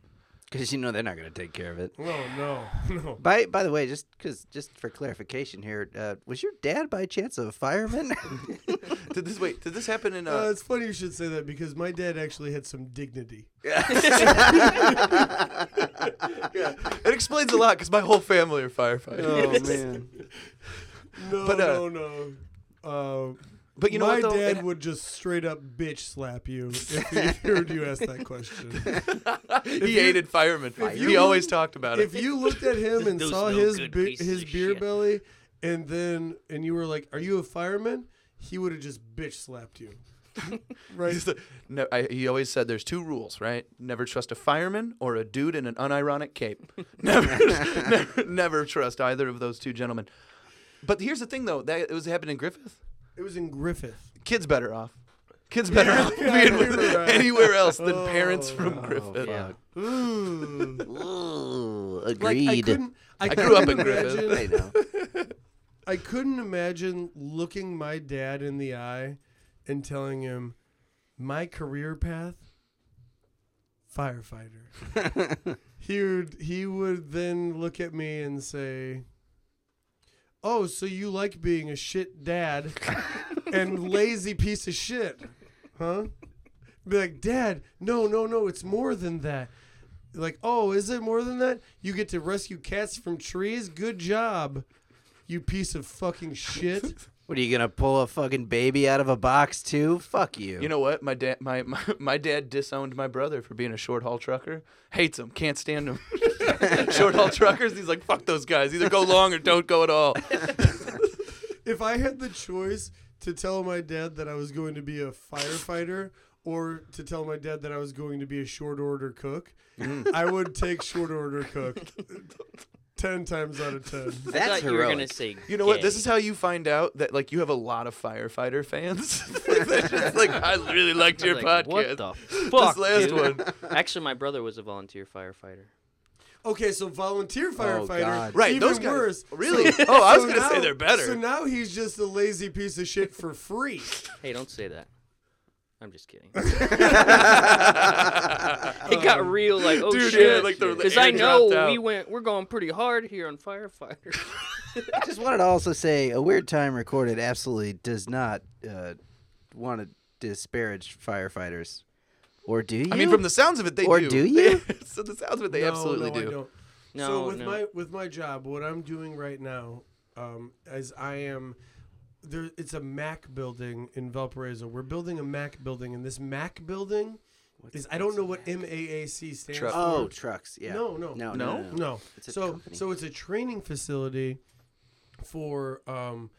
Speaker 4: Because you know they're not going to take care of it.
Speaker 3: no, no, no.
Speaker 4: By by the way, just cause, just for clarification here, uh, was your dad by chance a fireman?
Speaker 2: Did this wait? Did this happen in? Uh,
Speaker 3: Uh, it's funny you should say that because my dad actually had some dignity.
Speaker 2: yeah, it explains a lot because my whole family are firefighters.
Speaker 3: Oh.
Speaker 4: Oh, man,
Speaker 3: No,
Speaker 2: But, uh,
Speaker 3: no, no. Uh,
Speaker 2: But you know
Speaker 3: my
Speaker 2: what? Though?
Speaker 3: dad
Speaker 2: It-
Speaker 3: would just straight up bitch slap you if he heard you ask that question.
Speaker 2: he hated firemen.
Speaker 3: you-
Speaker 2: he always talked about it.
Speaker 3: If you looked at him and
Speaker 1: Those
Speaker 3: saw
Speaker 1: no
Speaker 3: his
Speaker 1: good
Speaker 3: be-
Speaker 1: pieces
Speaker 3: his
Speaker 1: of
Speaker 3: beer
Speaker 1: shit.
Speaker 3: belly, and then and you were like, "Are you a fireman?" He would have just bitch slapped you. right?
Speaker 2: He's like- no, I, he always said there's two rules, right? Never trust a fireman or a dude in an unironic cape. Never, never, never trust either of those two gentlemen. But here's the thing, though. That it was happening in Griffith.
Speaker 3: It was in Griffith.
Speaker 2: Kids better off. Kids better off
Speaker 3: yeah,
Speaker 2: being
Speaker 3: you're
Speaker 2: with
Speaker 3: right.
Speaker 2: anywhere else than parents from Griffith.
Speaker 1: yeah.
Speaker 3: Ooh.
Speaker 4: Ooh,
Speaker 3: like
Speaker 4: agreed.
Speaker 3: I couldn't. I,
Speaker 2: I
Speaker 3: couldn't
Speaker 2: grew up in
Speaker 3: imagine,
Speaker 2: Griffith.
Speaker 4: I know.
Speaker 3: I couldn't imagine looking my dad in the eye and telling him my career path firefighter. he would he would then look at me and say, "Oh, so you like being a shit dad and lazy piece of shit, huh?" Be like, "Dad, no, no, no, it's more than that." Like, "Oh, is it more than that? You get to rescue cats from trees. Good job." You piece of fucking shit.
Speaker 4: What are you gonna pull a fucking baby out of a box too? Fuck you.
Speaker 2: You know what? My dad, my, my my dad disowned my brother for being a short haul trucker. Hates him. Can't stand him. short haul truckers. He's like, fuck those guys. Either go long or don't go at all.
Speaker 3: if I had the choice to tell my dad that I was going to be a firefighter or to tell my dad that I was going to be a short order cook, I would take short order cook 10 times out of 10.
Speaker 1: I
Speaker 4: that's
Speaker 1: thought you were
Speaker 4: heroic.
Speaker 1: gonna say.
Speaker 2: You know what? This
Speaker 1: gay.
Speaker 2: is how you find out that like you have a lot of firefighter fans. They're just like I really liked your
Speaker 1: Like,
Speaker 2: podcast.
Speaker 1: What the fuck?
Speaker 2: last
Speaker 1: dude? Actually, my brother was a volunteer firefighter.
Speaker 3: Okay, so volunteer firefighter.
Speaker 4: God.
Speaker 2: Right,
Speaker 3: even
Speaker 2: those guys.
Speaker 3: worse.
Speaker 2: Really? oh, I was gonna say
Speaker 3: now-
Speaker 2: they're better.
Speaker 3: So now he's just a lazy piece of shit for free.
Speaker 1: Hey, don't say that. I'm just kidding. it got real, like oh
Speaker 2: Dude, yeah,
Speaker 1: shit,
Speaker 2: like the- the
Speaker 1: because
Speaker 2: air
Speaker 1: I know
Speaker 2: dropped
Speaker 1: we
Speaker 2: out.
Speaker 1: went, we're going pretty hard here on firefighter.
Speaker 4: I just wanted to also say a weird time recorded absolutely does not uh, want to disparage firefighters, or do you?
Speaker 2: I mean, from the sounds of it, they
Speaker 4: Or
Speaker 2: do.
Speaker 4: do you?
Speaker 2: so the sounds of it, they
Speaker 3: No,
Speaker 2: absolutely
Speaker 3: no, I
Speaker 2: do.
Speaker 3: don't.
Speaker 1: No,
Speaker 3: so with
Speaker 1: no.
Speaker 3: my with my job, what I'm doing right now, um, is I am there. It's a Mac building in Valparaiso. We're building a Mac building, and this Mac building is I don't know what MAAC stands
Speaker 2: Truck.
Speaker 3: for.
Speaker 4: oh trucks, yeah.
Speaker 3: No, no.
Speaker 2: No?
Speaker 4: no, no, no, no.
Speaker 3: No.
Speaker 4: It's a
Speaker 3: so
Speaker 4: company.
Speaker 3: so it's a training facility for um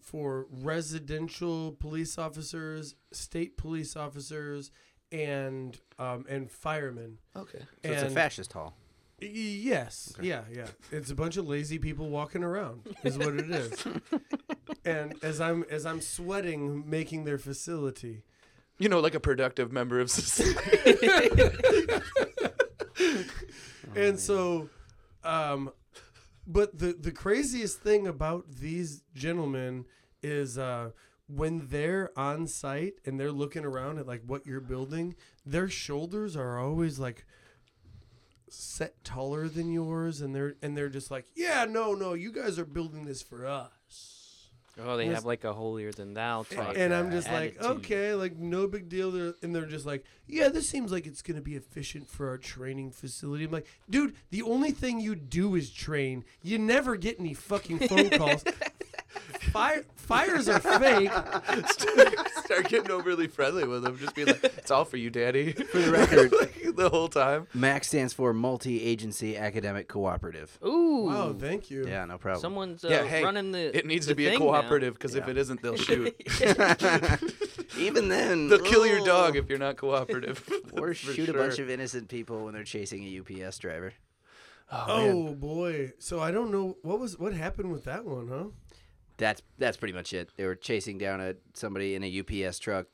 Speaker 3: for residential police officers, state police officers, and um and firemen.
Speaker 2: Okay.
Speaker 4: So it's a
Speaker 3: And-
Speaker 4: fascist hall.
Speaker 3: Y- Yes. Yeah, yeah. It's a bunch of lazy people walking around is what it is. and as I'm as I'm sweating making their facility.
Speaker 2: You know, like a productive member of society.
Speaker 3: and so um But the the craziest thing about these gentlemen is uh, when they're on site and they're looking around at like what you're building, their shoulders are always like set taller than yours, and they're and they're just like, yeah, no, no, you guys are building this for us.
Speaker 1: Oh, they
Speaker 3: Yes.
Speaker 1: have like a holier than thou type.
Speaker 3: and I'm just like,
Speaker 1: attitude.
Speaker 3: okay, like no big deal. They're, and they're just like, yeah, this seems like it's gonna be efficient for our training facility. I'm like, dude, the only thing you do is train. You never get any fucking phone calls. Fire, fires are fake.
Speaker 2: Start getting overly friendly with them. Just be like, it's all for you, daddy. For the
Speaker 4: record.
Speaker 2: the whole time.
Speaker 4: MAC stands for Multi Agency Academic Cooperative.
Speaker 1: Ooh,
Speaker 3: Oh, thank you.
Speaker 4: Yeah, no problem.
Speaker 1: someone's uh,
Speaker 2: yeah, hey,
Speaker 1: running the.
Speaker 2: it needs
Speaker 1: the
Speaker 2: to be a
Speaker 1: thing now.
Speaker 2: cooperative because if it isn't, they'll shoot.
Speaker 4: Even then,
Speaker 2: they'll kill your
Speaker 4: oh.
Speaker 2: dog if you're not cooperative.
Speaker 4: Or
Speaker 2: That's for
Speaker 4: shoot a bunch
Speaker 2: sure.
Speaker 4: of innocent people when they're chasing a UPS driver.
Speaker 2: Oh, man.
Speaker 3: Oh boy. So I don't know what was what happened with that one, huh?
Speaker 4: That's that's pretty much it. They were chasing down a somebody in a UPS truck,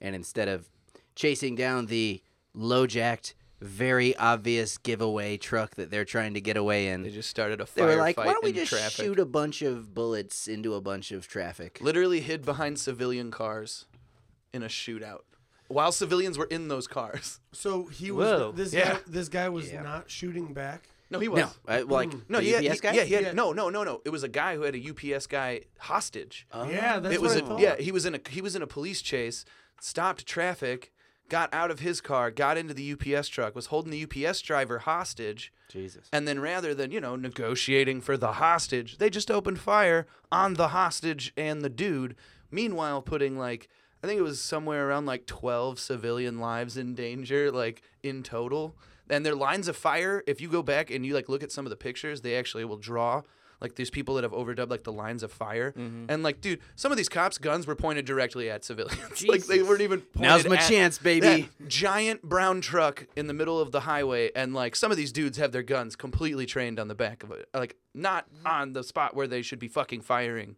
Speaker 4: and instead of chasing down the low jacked, very obvious giveaway truck that they're trying to get away in,
Speaker 2: They
Speaker 4: they,
Speaker 2: just started a firefight
Speaker 4: were like, "Why don't we
Speaker 2: in
Speaker 4: just
Speaker 2: traffic.
Speaker 4: shoot a bunch of bullets into a bunch of traffic?"
Speaker 2: Literally hid behind civilian cars in a shootout while civilians were in those cars.
Speaker 3: So he was
Speaker 1: Whoa.
Speaker 3: this guy
Speaker 2: Yeah.
Speaker 3: this guy was
Speaker 4: Yeah.
Speaker 3: not shooting back.
Speaker 2: No, he was.
Speaker 4: No, I, like
Speaker 2: No,
Speaker 4: the
Speaker 2: yeah,
Speaker 4: UPS guy.
Speaker 2: yeah, he had,
Speaker 3: Yeah.
Speaker 2: no, no, no, no. It was a guy who had a UPS guy hostage.
Speaker 4: Oh.
Speaker 3: yeah, that's
Speaker 2: it was
Speaker 3: what
Speaker 2: a,
Speaker 3: I thought.
Speaker 2: yeah, he was in a he was in a police chase, stopped traffic, got out of his car, got into the UPS truck, was holding the UPS driver hostage,
Speaker 4: Jesus.
Speaker 2: and then rather than you know negotiating for the hostage, they just opened fire on the hostage and the dude. Meanwhile, putting like I think it was somewhere around like twelve civilian lives in danger, like in total. And their lines of fire, if you go back and you like look at some of the pictures, they actually will draw like these people that have overdubbed like the lines of fire. And like, dude, some of these cops' guns were pointed directly at civilians. like they
Speaker 1: Jesus.
Speaker 2: weren't even pointed
Speaker 4: Now's my
Speaker 2: at
Speaker 4: chance, baby.
Speaker 2: that giant brown truck in the middle of the highway, and like some of these dudes have their guns completely trained on the back of it, like not on the spot where they should be fucking firing.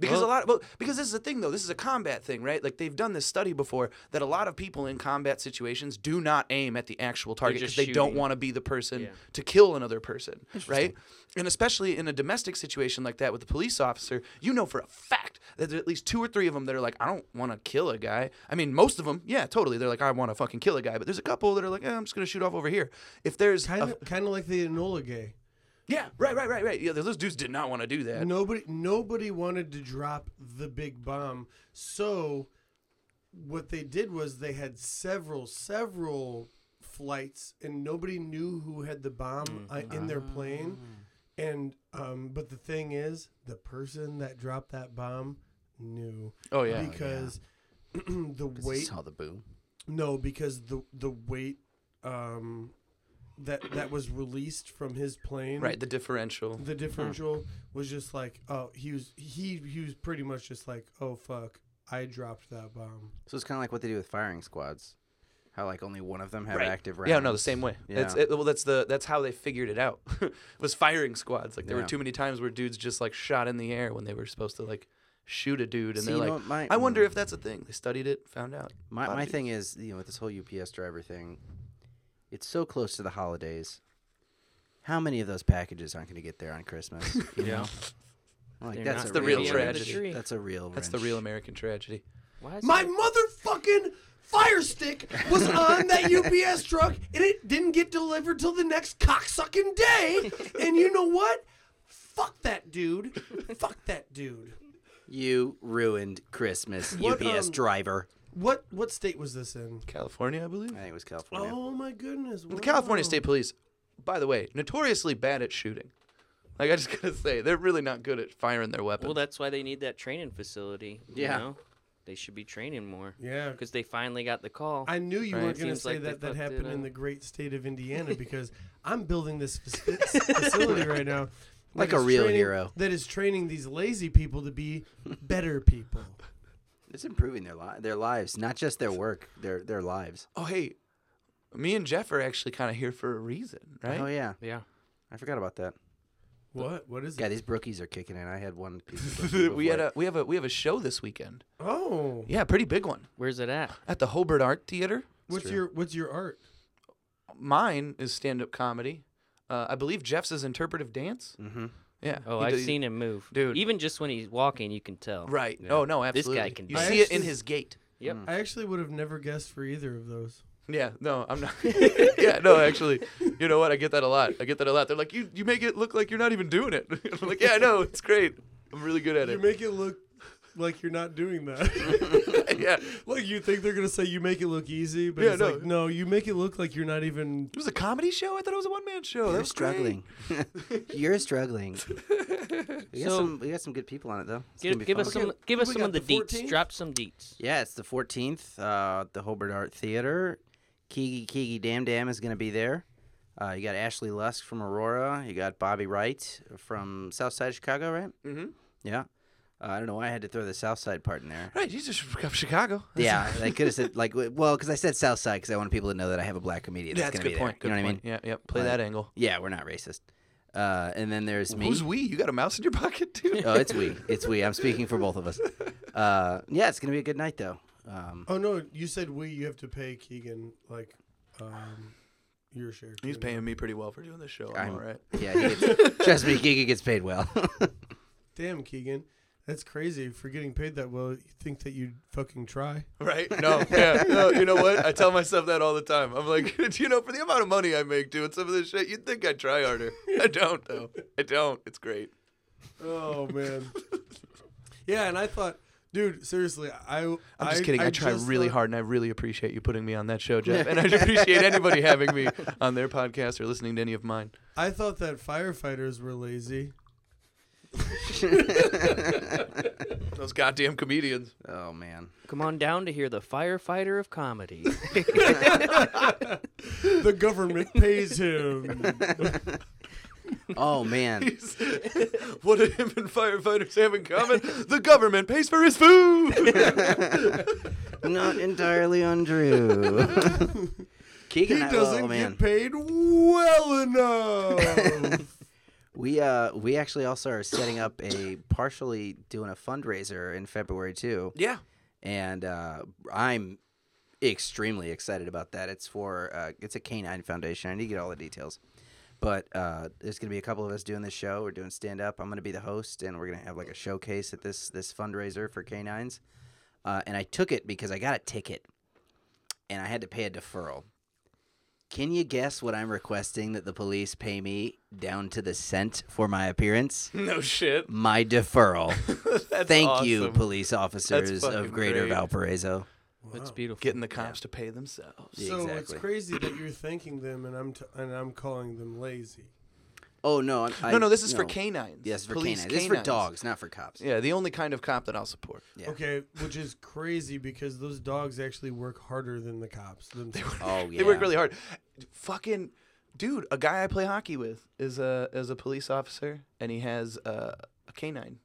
Speaker 2: Because a lot, well, because this is a thing though. This is a combat thing, right? Like they've done this study before that a lot of people in combat situations do not aim at the actual target
Speaker 1: just
Speaker 2: because they don't
Speaker 1: shooting.
Speaker 2: want to be the person to kill another person, right? And especially in a domestic situation like that with the police officer, you know for a fact that there are at least two or three of them that are like, I don't want to kill a guy. I mean, most of them, yeah, totally. They're like, I want to fucking kill a guy, but there's a couple that are like, eh, I'm just gonna shoot off over here. If there's, a-
Speaker 3: Kind of kind of like the Enola gay.
Speaker 2: yeah, right, right, right, right. Yeah, those dudes did not want to do that.
Speaker 3: Nobody nobody wanted to drop the big bomb. So what they did was they had several several flights and nobody knew who had the bomb uh,
Speaker 2: Mm-hmm.
Speaker 3: in their plane.
Speaker 2: Ah.
Speaker 3: And um but the thing is the person that dropped that bomb knew
Speaker 2: Oh yeah,
Speaker 3: because the weight
Speaker 4: saw the boom.
Speaker 3: no, because the the weight um that that was released from his plane
Speaker 2: right. The differential.
Speaker 3: the differential was just like oh he was he he was pretty much just like oh fuck I dropped that bomb.
Speaker 4: So it's kind of like what they do with firing squads, how like only one of them have
Speaker 2: Right.
Speaker 4: active rounds.
Speaker 2: Yeah, no, the same way. That's
Speaker 4: Yeah.
Speaker 2: it, well, that's the that's how they figured it out. was firing squads. Like there
Speaker 4: Yeah.
Speaker 2: were too many times where dudes just like shot in the air when they were supposed to like shoot a dude, and
Speaker 4: See,
Speaker 2: they're
Speaker 4: you know
Speaker 2: like,
Speaker 4: what, my-
Speaker 2: I wonder if that's a thing. They studied it, found out.
Speaker 4: My,
Speaker 2: A lot of
Speaker 4: my
Speaker 2: dudes-
Speaker 4: thing is, you know, with this whole UPS driver thing, it's so close to the holidays. How many of those packages aren't going to get there on Christmas? You know? Like,
Speaker 1: They're
Speaker 4: that's
Speaker 1: not
Speaker 4: a
Speaker 2: the real
Speaker 4: wrench.
Speaker 2: tragedy.
Speaker 1: tree.
Speaker 4: That's a real.
Speaker 2: That's the
Speaker 4: wrench.
Speaker 2: real American tragedy.
Speaker 1: Why is
Speaker 3: My
Speaker 1: it-
Speaker 3: motherfucking fire stick was on that UPS truck and it didn't get delivered till the next cocksucking day. And you know what? Fuck that dude. Fuck that dude.
Speaker 4: You ruined Christmas,
Speaker 3: What,
Speaker 4: UPS
Speaker 3: um,
Speaker 4: driver.
Speaker 3: What what state was this in?
Speaker 2: California, I believe.
Speaker 4: I think it was California.
Speaker 3: Oh my goodness.
Speaker 2: The California State Police, by the way, notoriously bad at shooting. Like I just gotta say, they're really not good at firing their weapons.
Speaker 1: Well, that's why they need that training facility. you
Speaker 4: Yeah.
Speaker 1: know? They should be training more.
Speaker 3: Yeah.
Speaker 1: Because they finally got the call.
Speaker 3: I knew you weren't
Speaker 1: It
Speaker 3: going to
Speaker 1: seems
Speaker 3: say
Speaker 1: like they
Speaker 3: that that
Speaker 1: fucked
Speaker 3: happened
Speaker 1: it
Speaker 3: in
Speaker 1: up.
Speaker 3: the great state of Indiana because I'm building this faci- facility right now. that
Speaker 4: Like a
Speaker 3: is
Speaker 4: real
Speaker 3: training-
Speaker 4: hero.
Speaker 3: That is training these lazy people to be better people.
Speaker 4: It's improving their li- their lives, not just their work, their their lives.
Speaker 2: oh hey, me and Jeff are actually kind of here for a reason, right?
Speaker 4: Oh yeah,
Speaker 1: yeah.
Speaker 4: I forgot about that.
Speaker 3: What? What is
Speaker 4: Yeah,
Speaker 3: it?
Speaker 4: these brookies are kicking in. I had one piece of brookie
Speaker 2: we had
Speaker 4: before.
Speaker 2: a we have a we have a show this weekend.
Speaker 3: Oh,
Speaker 2: Yeah, pretty big one
Speaker 1: Where's it at?
Speaker 2: at the Hobart Art Theater.
Speaker 3: what's your what's your art?
Speaker 2: Mine is stand up comedy. Uh, I believe Jeff's his interpretive dance. Mm-hmm. Yeah.
Speaker 1: Oh,
Speaker 2: he
Speaker 1: I've
Speaker 2: d-
Speaker 1: seen him move,
Speaker 2: Dude.
Speaker 1: Even just when he's walking, you can tell.
Speaker 2: Right. Oh no,
Speaker 1: This
Speaker 2: absolutely.
Speaker 1: guy can
Speaker 2: You
Speaker 1: dance.
Speaker 2: see it in
Speaker 3: Actually-
Speaker 2: his gait.
Speaker 1: Yep.
Speaker 3: I actually would have never guessed for either of those.
Speaker 2: Yeah, no, I'm not. yeah, no, actually, you know what? I get that a lot. I get that a lot. They're like, you, you make it look like you're not even doing it. I'm like, yeah, I know, it's great. I'm really good at
Speaker 3: You
Speaker 2: it.
Speaker 3: make it look like you're not doing that.
Speaker 2: yeah,
Speaker 3: like you think they're gonna say you make it look easy, but
Speaker 2: Yeah,
Speaker 3: it's
Speaker 2: no.
Speaker 3: like no, you make it look like you're not even.
Speaker 2: it was a comedy show. I thought it was a one man show. That
Speaker 4: You're
Speaker 2: was
Speaker 4: struggling. You're struggling. We got,
Speaker 1: So-
Speaker 4: some, we got some good people on it though. It's gonna
Speaker 1: Give,
Speaker 4: be
Speaker 1: give
Speaker 4: fun.
Speaker 1: us some. Give us
Speaker 3: we
Speaker 1: some of the
Speaker 3: got the
Speaker 1: deets.
Speaker 3: 14th?
Speaker 1: Drop some deets.
Speaker 4: Yeah, it's the 14th, uh, at the Hobart Art Theater. Keegi Keegi Dam Dam is going to be there. Uh, you got Ashley Lusk from Aurora. You got Bobby Wright from South Side of Chicago, right?
Speaker 2: Mm-hmm.
Speaker 4: Yeah. Uh, I don't know why I had to throw the South Side part in there.
Speaker 2: Right, he's just from Chicago. That's-
Speaker 4: Yeah, I could have said like, w- well, because I said South Side because I want people to know that I have a black comedian.
Speaker 2: that's,
Speaker 4: That's,
Speaker 2: a
Speaker 4: gonna
Speaker 2: good
Speaker 4: be there.
Speaker 2: point.
Speaker 4: you know
Speaker 2: good
Speaker 4: what I mean?
Speaker 2: point. Yeah, yeah. Play that angle.
Speaker 4: Yeah, we're not racist. Uh, and then there's me.
Speaker 2: Who's we? You got a mouse in your pocket too?
Speaker 4: oh, it's we. It's we. I'm speaking for both of us. Uh, yeah, it's gonna be a good night though. Um,
Speaker 3: Oh no, you said we. You have to pay Keegan like um, your share.
Speaker 2: he's
Speaker 3: too.
Speaker 2: paying me pretty well for doing this show. I'm,
Speaker 4: I'm-
Speaker 2: all right.
Speaker 4: yeah, he gets, trust me, Gigi gets paid well.
Speaker 3: Damn, Keegan, that's crazy for getting paid that well. You think that you'd fucking try?
Speaker 2: Right? No, yeah. No, you know what? I tell myself that all the time. I'm like, you know, for the amount of money I make doing some of this shit, you'd think I'd try harder. I don't, though. I don't. It's great.
Speaker 3: Oh man. yeah, and I thought, dude, seriously, I. I'm
Speaker 2: I'm just kidding. I, try
Speaker 3: just
Speaker 2: really
Speaker 3: thought-
Speaker 2: hard, and I really appreciate you putting me on that show, Jeff. And I appreciate anybody having me on their podcast or listening to any of mine.
Speaker 3: I thought that firefighters were lazy.
Speaker 2: Those goddamn comedians.
Speaker 4: oh man,
Speaker 1: Come on down to hear the firefighter of comedy.
Speaker 3: The government pays him.
Speaker 4: oh man.
Speaker 2: what do him and firefighters have in common? The government pays for his food.
Speaker 4: Not entirely untrue. Keegan,
Speaker 3: He
Speaker 4: I-
Speaker 3: doesn't
Speaker 4: oh man,
Speaker 3: get paid well enough.
Speaker 4: we uh we actually also are setting up a partially doing a fundraiser in February too.
Speaker 2: yeah.
Speaker 4: and uh, I'm extremely excited about that. It's for uh, it's a canine foundation. I need to get all the details, but uh, there's gonna be a couple of us doing this show. We're doing stand up. I'm gonna be the host, and we're gonna have like a showcase at this this fundraiser for canines. Uh, and I took it because I got a ticket, and I had to pay a deferral. Can you guess what I'm requesting that the police pay me down to the cent for my appearance?
Speaker 2: No shit.
Speaker 4: My deferral.
Speaker 2: That's
Speaker 4: Thank you,
Speaker 2: awesome.
Speaker 4: police officers
Speaker 2: fucking
Speaker 4: of Greater
Speaker 2: great.
Speaker 4: Valparaiso.
Speaker 1: That's beautiful.
Speaker 2: Getting the cops to pay themselves.
Speaker 4: Yeah,
Speaker 3: so it's
Speaker 4: exactly.
Speaker 3: crazy that you're thanking them and I'm t- and I'm calling them lazy.
Speaker 4: Oh no, I'm- I,
Speaker 2: no, no, this is for canines.
Speaker 4: Yes, for
Speaker 2: Police
Speaker 4: canines. This is for dogs, not for cops.
Speaker 2: Yeah, the only kind of cop that I'll support.
Speaker 4: Yeah.
Speaker 3: Okay, which is crazy because those dogs actually work harder than the cops themselves.
Speaker 4: Oh yeah,
Speaker 2: They work really hard. Fucking dude, a guy I play hockey with is a is a police officer, and he has uh, a canine,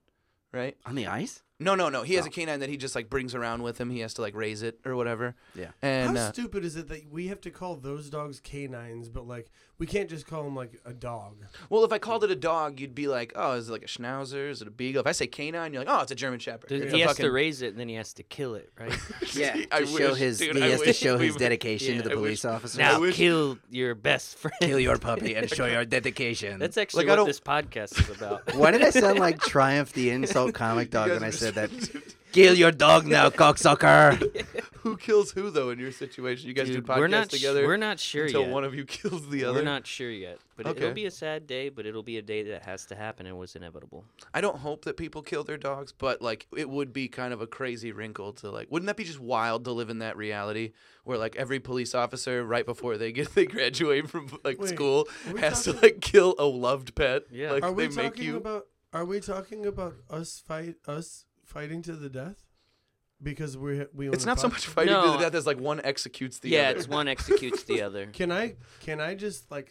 Speaker 2: right?
Speaker 4: on the ice.
Speaker 2: No, no, no. He
Speaker 4: Oh.
Speaker 2: has a canine that he just like brings around with him. He has to like raise it or whatever.
Speaker 4: Yeah.
Speaker 2: And
Speaker 3: How
Speaker 2: uh,
Speaker 3: stupid is it that we have to call those dogs canines, but like we can't just call them like a dog?
Speaker 2: well, if I called it a dog, you'd be like, oh, is it like a schnauzer? Is it a beagle? If I say canine, you're like, oh, it's a German Shepherd.
Speaker 1: Th-
Speaker 2: It's a
Speaker 1: He has
Speaker 2: fucking-
Speaker 1: to raise it and then he has to kill it, right?
Speaker 4: Yeah,
Speaker 2: I
Speaker 4: to show
Speaker 2: wish,
Speaker 4: his
Speaker 2: dude,
Speaker 4: he
Speaker 2: I
Speaker 4: has to
Speaker 2: wish
Speaker 4: show
Speaker 2: we
Speaker 4: his
Speaker 2: were-
Speaker 4: dedication
Speaker 2: Yeah,
Speaker 4: to
Speaker 2: I
Speaker 4: the police
Speaker 2: wish-
Speaker 4: officers.
Speaker 1: now
Speaker 2: wish-
Speaker 1: kill your best friend.
Speaker 4: kill your puppy and show your dedication.
Speaker 1: That's actually
Speaker 2: Like, I
Speaker 1: what
Speaker 2: don't-
Speaker 1: this podcast is about.
Speaker 4: why did I sound like Triumph the Insult Comic Dog
Speaker 2: guys
Speaker 4: when I
Speaker 2: are
Speaker 4: said that?
Speaker 2: so-
Speaker 4: Kill your dog now, cocksucker.
Speaker 2: Who kills who though in your situation? You guys
Speaker 1: Dude,
Speaker 2: do podcasts
Speaker 1: we're not sh-
Speaker 2: together.
Speaker 1: we're not sure
Speaker 2: until
Speaker 1: yet.
Speaker 2: one of you kills the other.
Speaker 1: We're not sure yet, but it-
Speaker 2: Okay.
Speaker 1: it'll be a sad day. But it'll be a day that has to happen and was inevitable.
Speaker 2: I don't hope that people kill their dogs, but like it would be kind of a crazy wrinkle to like. Wouldn't that be just wild to live in that reality where like every police officer right before they get they graduate from like
Speaker 3: Wait,
Speaker 2: school
Speaker 3: are we
Speaker 2: has to
Speaker 3: talking-
Speaker 2: like kill a loved pet?
Speaker 1: Yeah.
Speaker 2: like
Speaker 3: Are we
Speaker 2: they make
Speaker 3: talking
Speaker 2: you.
Speaker 3: about? Are we talking about us fight us fighting to the death? Because we ha- we. own
Speaker 2: it's
Speaker 3: a
Speaker 2: not so
Speaker 3: pod-
Speaker 2: much fighting to
Speaker 1: No.
Speaker 2: the death as like one executes the
Speaker 1: yeah,
Speaker 2: other.
Speaker 1: it's one executes the other.
Speaker 3: Can I can I just like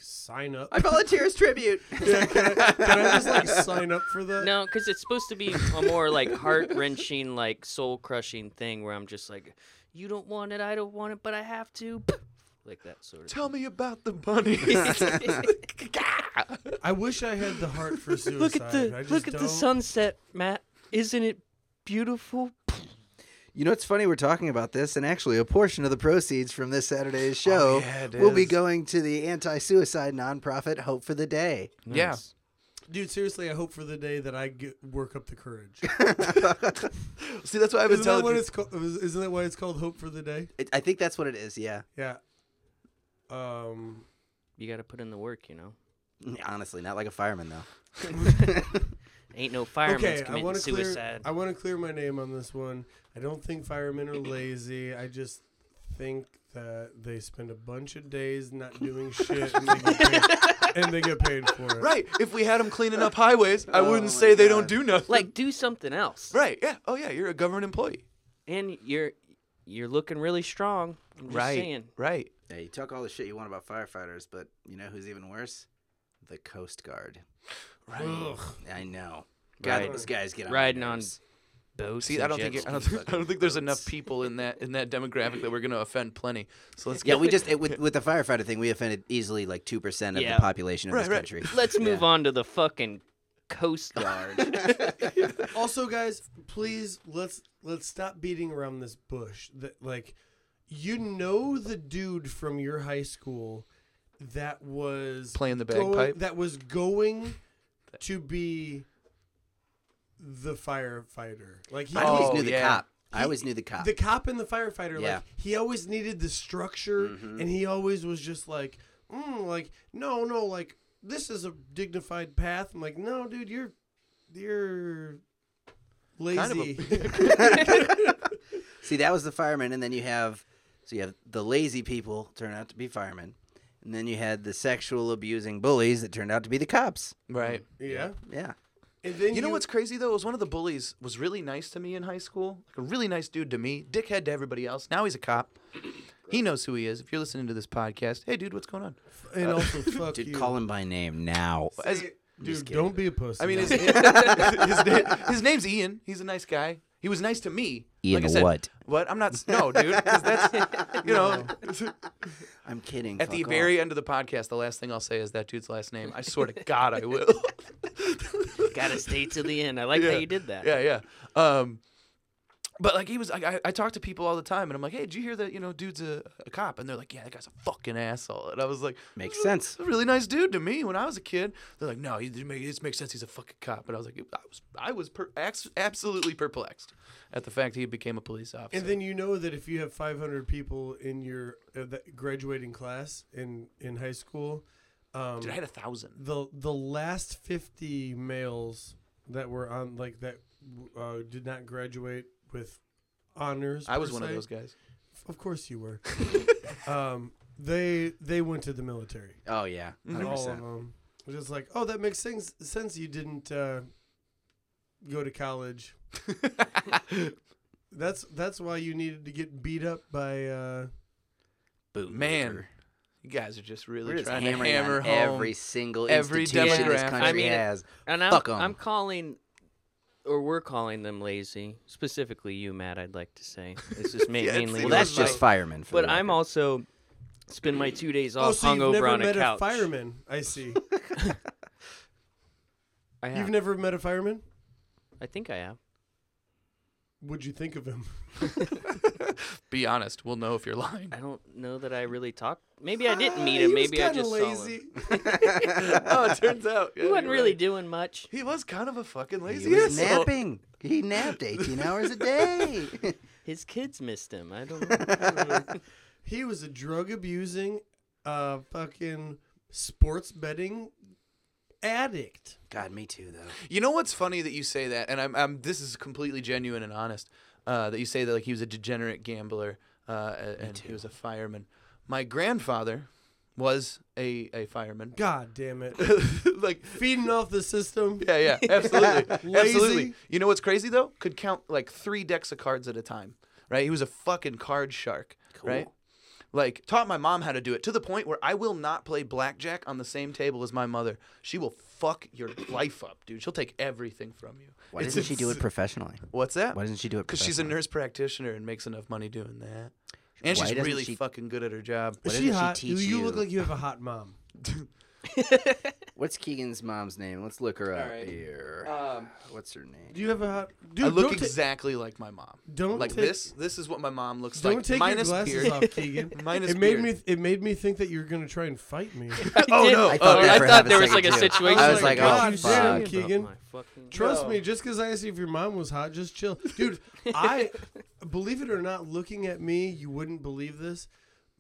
Speaker 3: sign up?
Speaker 4: I volunteer as tribute.
Speaker 3: Yeah, can, I, can I just like sign up for that?
Speaker 1: No, because it's supposed to be a more like heart wrenching, like soul crushing thing where I'm just like, you don't want it, I don't want it, but I have to. Like that sort of.
Speaker 2: Tell me about the bunny.
Speaker 3: I wish I had the heart for suicide.
Speaker 1: look at the
Speaker 3: I just
Speaker 1: look at the
Speaker 3: don't.
Speaker 1: sunset, Matt. Isn't it beautiful?
Speaker 4: You know, it's funny we're talking about this, and actually, a portion of the proceeds from this Saturday's show
Speaker 2: yeah, it
Speaker 4: will be
Speaker 2: is.
Speaker 4: going to the anti-suicide nonprofit Hope for the Day.
Speaker 2: Yeah.
Speaker 1: Nice.
Speaker 3: Dude, seriously, I hope for the day that I get, work up the courage.
Speaker 2: See, that's what I've been
Speaker 3: Isn't that,
Speaker 2: telling
Speaker 3: what
Speaker 2: you.
Speaker 3: it's called? Isn't that why it's called Hope for the Day?
Speaker 4: It, I think that's what it is. Yeah,
Speaker 3: Yeah. Um,
Speaker 1: You got to put in the work, you know.
Speaker 4: Mm, honestly, not like a fireman though.
Speaker 1: Ain't no firemen
Speaker 3: okay, I
Speaker 1: committing
Speaker 3: want to clear.
Speaker 1: suicide.
Speaker 3: I want to clear my name on this one. I don't think firemen are lazy. I just think that they spend a bunch of days not doing shit and they get paid, and they get paid for it.
Speaker 2: Right. If we had them cleaning up highways, I
Speaker 4: my
Speaker 2: wouldn't say they
Speaker 4: God.
Speaker 2: don't do nothing.
Speaker 1: Oh like, do something else.
Speaker 2: right. Yeah. Oh, yeah. You're a government employee.
Speaker 1: And you're you're looking really strong. I'm just
Speaker 2: right.
Speaker 1: saying.
Speaker 2: Right.
Speaker 4: Yeah, you talk all the shit you want about firefighters, but you know who's even worse? The Coast Guard.
Speaker 2: Right.
Speaker 4: I know. God,
Speaker 1: Right.
Speaker 4: those guys get on my
Speaker 1: Riding on
Speaker 4: nerves.
Speaker 1: boats.
Speaker 2: See,
Speaker 1: and
Speaker 2: I don't
Speaker 1: jet
Speaker 2: think it- I don't
Speaker 1: skis.
Speaker 2: think, I don't think there's enough people in that in that demographic that we're gonna offend plenty. So let's
Speaker 4: Yeah,
Speaker 2: get-
Speaker 4: we just it, with with the firefighter thing, we offended easily like two percent of
Speaker 1: Yeah.
Speaker 4: the population of
Speaker 2: Right,
Speaker 4: this
Speaker 2: right.
Speaker 4: country.
Speaker 1: Let's move on to the fucking Coast Guard.
Speaker 3: also guys please let's let's stop beating around this bush that like you know the dude from your high school that was
Speaker 2: Playing the
Speaker 3: going-
Speaker 2: bagpipe?
Speaker 3: that was going to be the firefighter like he
Speaker 4: I always
Speaker 2: Oh,
Speaker 4: knew the
Speaker 2: yeah.
Speaker 4: cop. I always knew the cop.
Speaker 3: the cop and the firefighter
Speaker 4: Yeah.
Speaker 3: like he always needed the structure
Speaker 2: Mm-hmm.
Speaker 3: and he always was just like mm, like no no like this is a dignified path i'm like no dude you're you're lazy
Speaker 2: Kind of a-
Speaker 4: See, that was the firemen, and then you have so you have the lazy people turn out to be firemen, and then you had the sexual abusing bullies that turned out to be the cops.
Speaker 2: right.
Speaker 3: yeah
Speaker 4: Yeah,
Speaker 3: and then
Speaker 2: You know what's crazy though is one of the bullies was really nice to me in high school, like a really nice dude to me, dickhead to everybody else. Now he's a cop. He knows who he is. If you're listening to this podcast, hey dude, what's going on?
Speaker 3: and also fuck
Speaker 4: dude,
Speaker 3: you.
Speaker 4: call him by name now.
Speaker 2: As-
Speaker 3: dude don't be a pussy
Speaker 2: I mean, his,
Speaker 3: man.
Speaker 2: his, na- his name's Ian. He's a nice guy. He was nice to me.
Speaker 4: Ian
Speaker 2: like I said,
Speaker 4: what?
Speaker 2: What? I'm not. s- No, dude. 'cause that's you know.
Speaker 4: I'm kidding.
Speaker 2: At the
Speaker 4: fuck
Speaker 2: very end of the podcast, the last thing I'll say is that dude's last name. I swear to God, I will.
Speaker 1: Gotta stay till the end. I like how
Speaker 2: Yeah.
Speaker 1: you did that.
Speaker 2: Yeah, yeah. Um, but like he was, I, I, I talk to people all the time, and I'm like, hey, did you hear that? You know, dude's a, a cop, and they're like, yeah, that guy's a fucking asshole. And I was like,
Speaker 4: Makes
Speaker 2: "This is a-
Speaker 4: sense."
Speaker 2: this is A really nice dude to me when I was a kid. They're like, no, he, it ma- it makes sense. He's a fucking cop. And I was like, I was, I was per, ax- absolutely perplexed at the fact he became a police officer.
Speaker 3: and then you know that if you have 500 people in your uh, that graduating class in in high school um
Speaker 2: Dude, I had a thousand.
Speaker 3: the the last 50 males that were on like that uh, did not graduate with honors
Speaker 2: I was
Speaker 3: per
Speaker 2: one of
Speaker 3: se.
Speaker 2: those guys.
Speaker 3: of course you were um they they went to the military
Speaker 4: Off. Oh yeah, 100%.
Speaker 3: all of them just like oh that makes sense sense you didn't uh, go to college that's that's why you needed to get beat up by uh
Speaker 4: Boom.
Speaker 2: Man, you guys are just really
Speaker 4: We're just
Speaker 2: trying
Speaker 4: hammering
Speaker 2: to hammer
Speaker 4: on
Speaker 2: home
Speaker 4: every single
Speaker 2: every
Speaker 4: institution this
Speaker 2: demographic.
Speaker 4: country
Speaker 1: I mean,
Speaker 4: has.
Speaker 1: And I'm,
Speaker 4: Fuck 'em.
Speaker 1: I'm calling, or we're calling them lazy. Specifically, you, Matt. I'd like to say this is ma-
Speaker 2: Yeah, it's-
Speaker 1: mainly.
Speaker 4: Well,
Speaker 2: Well,
Speaker 4: that's
Speaker 2: that's
Speaker 4: just firemen. For
Speaker 1: But
Speaker 4: the
Speaker 1: I'm
Speaker 4: record.
Speaker 1: also spend my two days off
Speaker 3: oh so
Speaker 1: hung
Speaker 3: you've
Speaker 1: over
Speaker 3: never
Speaker 1: on
Speaker 3: met
Speaker 1: a couch.
Speaker 3: fireman i see
Speaker 1: I have.
Speaker 3: you've never met a fireman
Speaker 1: I think I have.
Speaker 3: what'd you think of him
Speaker 2: Be honest, we'll know if you're lying.
Speaker 1: I don't know that I really talked. Maybe I didn't meet him.
Speaker 3: Ah, He was
Speaker 1: Maybe I
Speaker 3: kinda
Speaker 1: just saw him.
Speaker 3: lazy
Speaker 2: oh, it turns out yeah,
Speaker 1: He wasn't
Speaker 2: you're
Speaker 1: really
Speaker 2: right.
Speaker 1: doing much.
Speaker 2: He was kind of a fucking lazy.
Speaker 4: he was
Speaker 2: asshole.
Speaker 4: napping. He napped 18 hours a day.
Speaker 1: His kids missed him. I don't know.
Speaker 3: He was a drug abusing, uh, fucking sports betting addict.
Speaker 4: God, me too though.
Speaker 2: You know what's funny that you say that, and I'm, I'm this is completely genuine and honest. Uh, that you say that like he was a degenerate gambler, uh, a- and he was a fireman. My grandfather was a a fireman.
Speaker 3: God damn it.
Speaker 2: like
Speaker 3: Feeding off the system.
Speaker 2: yeah, yeah, absolutely,
Speaker 3: Lazy.
Speaker 2: absolutely. You know what's crazy though? Could count like three decks of cards at a time. Right? He was a fucking card shark. Right? Like taught my mom how to do it to the point where I will not play blackjack on the same table as my mother. She will fuck your life up, dude. She'll take everything from you.
Speaker 4: Why doesn't she do it professionally?
Speaker 2: What's that?
Speaker 4: Why doesn't she do it?
Speaker 2: Because she's a
Speaker 4: professionally?
Speaker 2: nurse practitioner and makes enough money doing that. And
Speaker 4: Why
Speaker 2: she's
Speaker 4: doesn't
Speaker 2: really
Speaker 4: she-
Speaker 2: fucking good at her job.
Speaker 3: Is
Speaker 4: did
Speaker 3: she
Speaker 4: she
Speaker 3: hot?
Speaker 4: teach
Speaker 3: you
Speaker 4: you?
Speaker 3: look like you have a hot mom.
Speaker 4: What's Keegan's mom's name? Let's look her up
Speaker 2: right.
Speaker 4: here. What's her name?
Speaker 3: Do you have a hot? Dude,
Speaker 2: I look
Speaker 3: don't ta-
Speaker 2: exactly like my mom.
Speaker 3: don't
Speaker 2: like
Speaker 3: take,
Speaker 2: this. This is what my mom looks
Speaker 3: Don't
Speaker 2: like.
Speaker 3: take
Speaker 2: minus
Speaker 3: your glasses
Speaker 2: beard.
Speaker 3: off, Keegan.
Speaker 2: Minus
Speaker 3: it
Speaker 2: beard.
Speaker 3: made me. It made me think that you were gonna try and fight me.
Speaker 2: oh no!
Speaker 4: I thought
Speaker 2: oh,
Speaker 4: that
Speaker 2: yeah.
Speaker 1: I
Speaker 4: for
Speaker 1: thought
Speaker 4: half a
Speaker 1: there was like
Speaker 4: second,
Speaker 1: a
Speaker 4: too.
Speaker 1: situation.
Speaker 4: I was like,
Speaker 3: God,
Speaker 4: oh
Speaker 3: you
Speaker 4: fuck.
Speaker 3: damn, Keegan. Trust me, just because I asked you if your mom was hot, just chill, dude. I believe it or not, looking at me, you wouldn't believe this,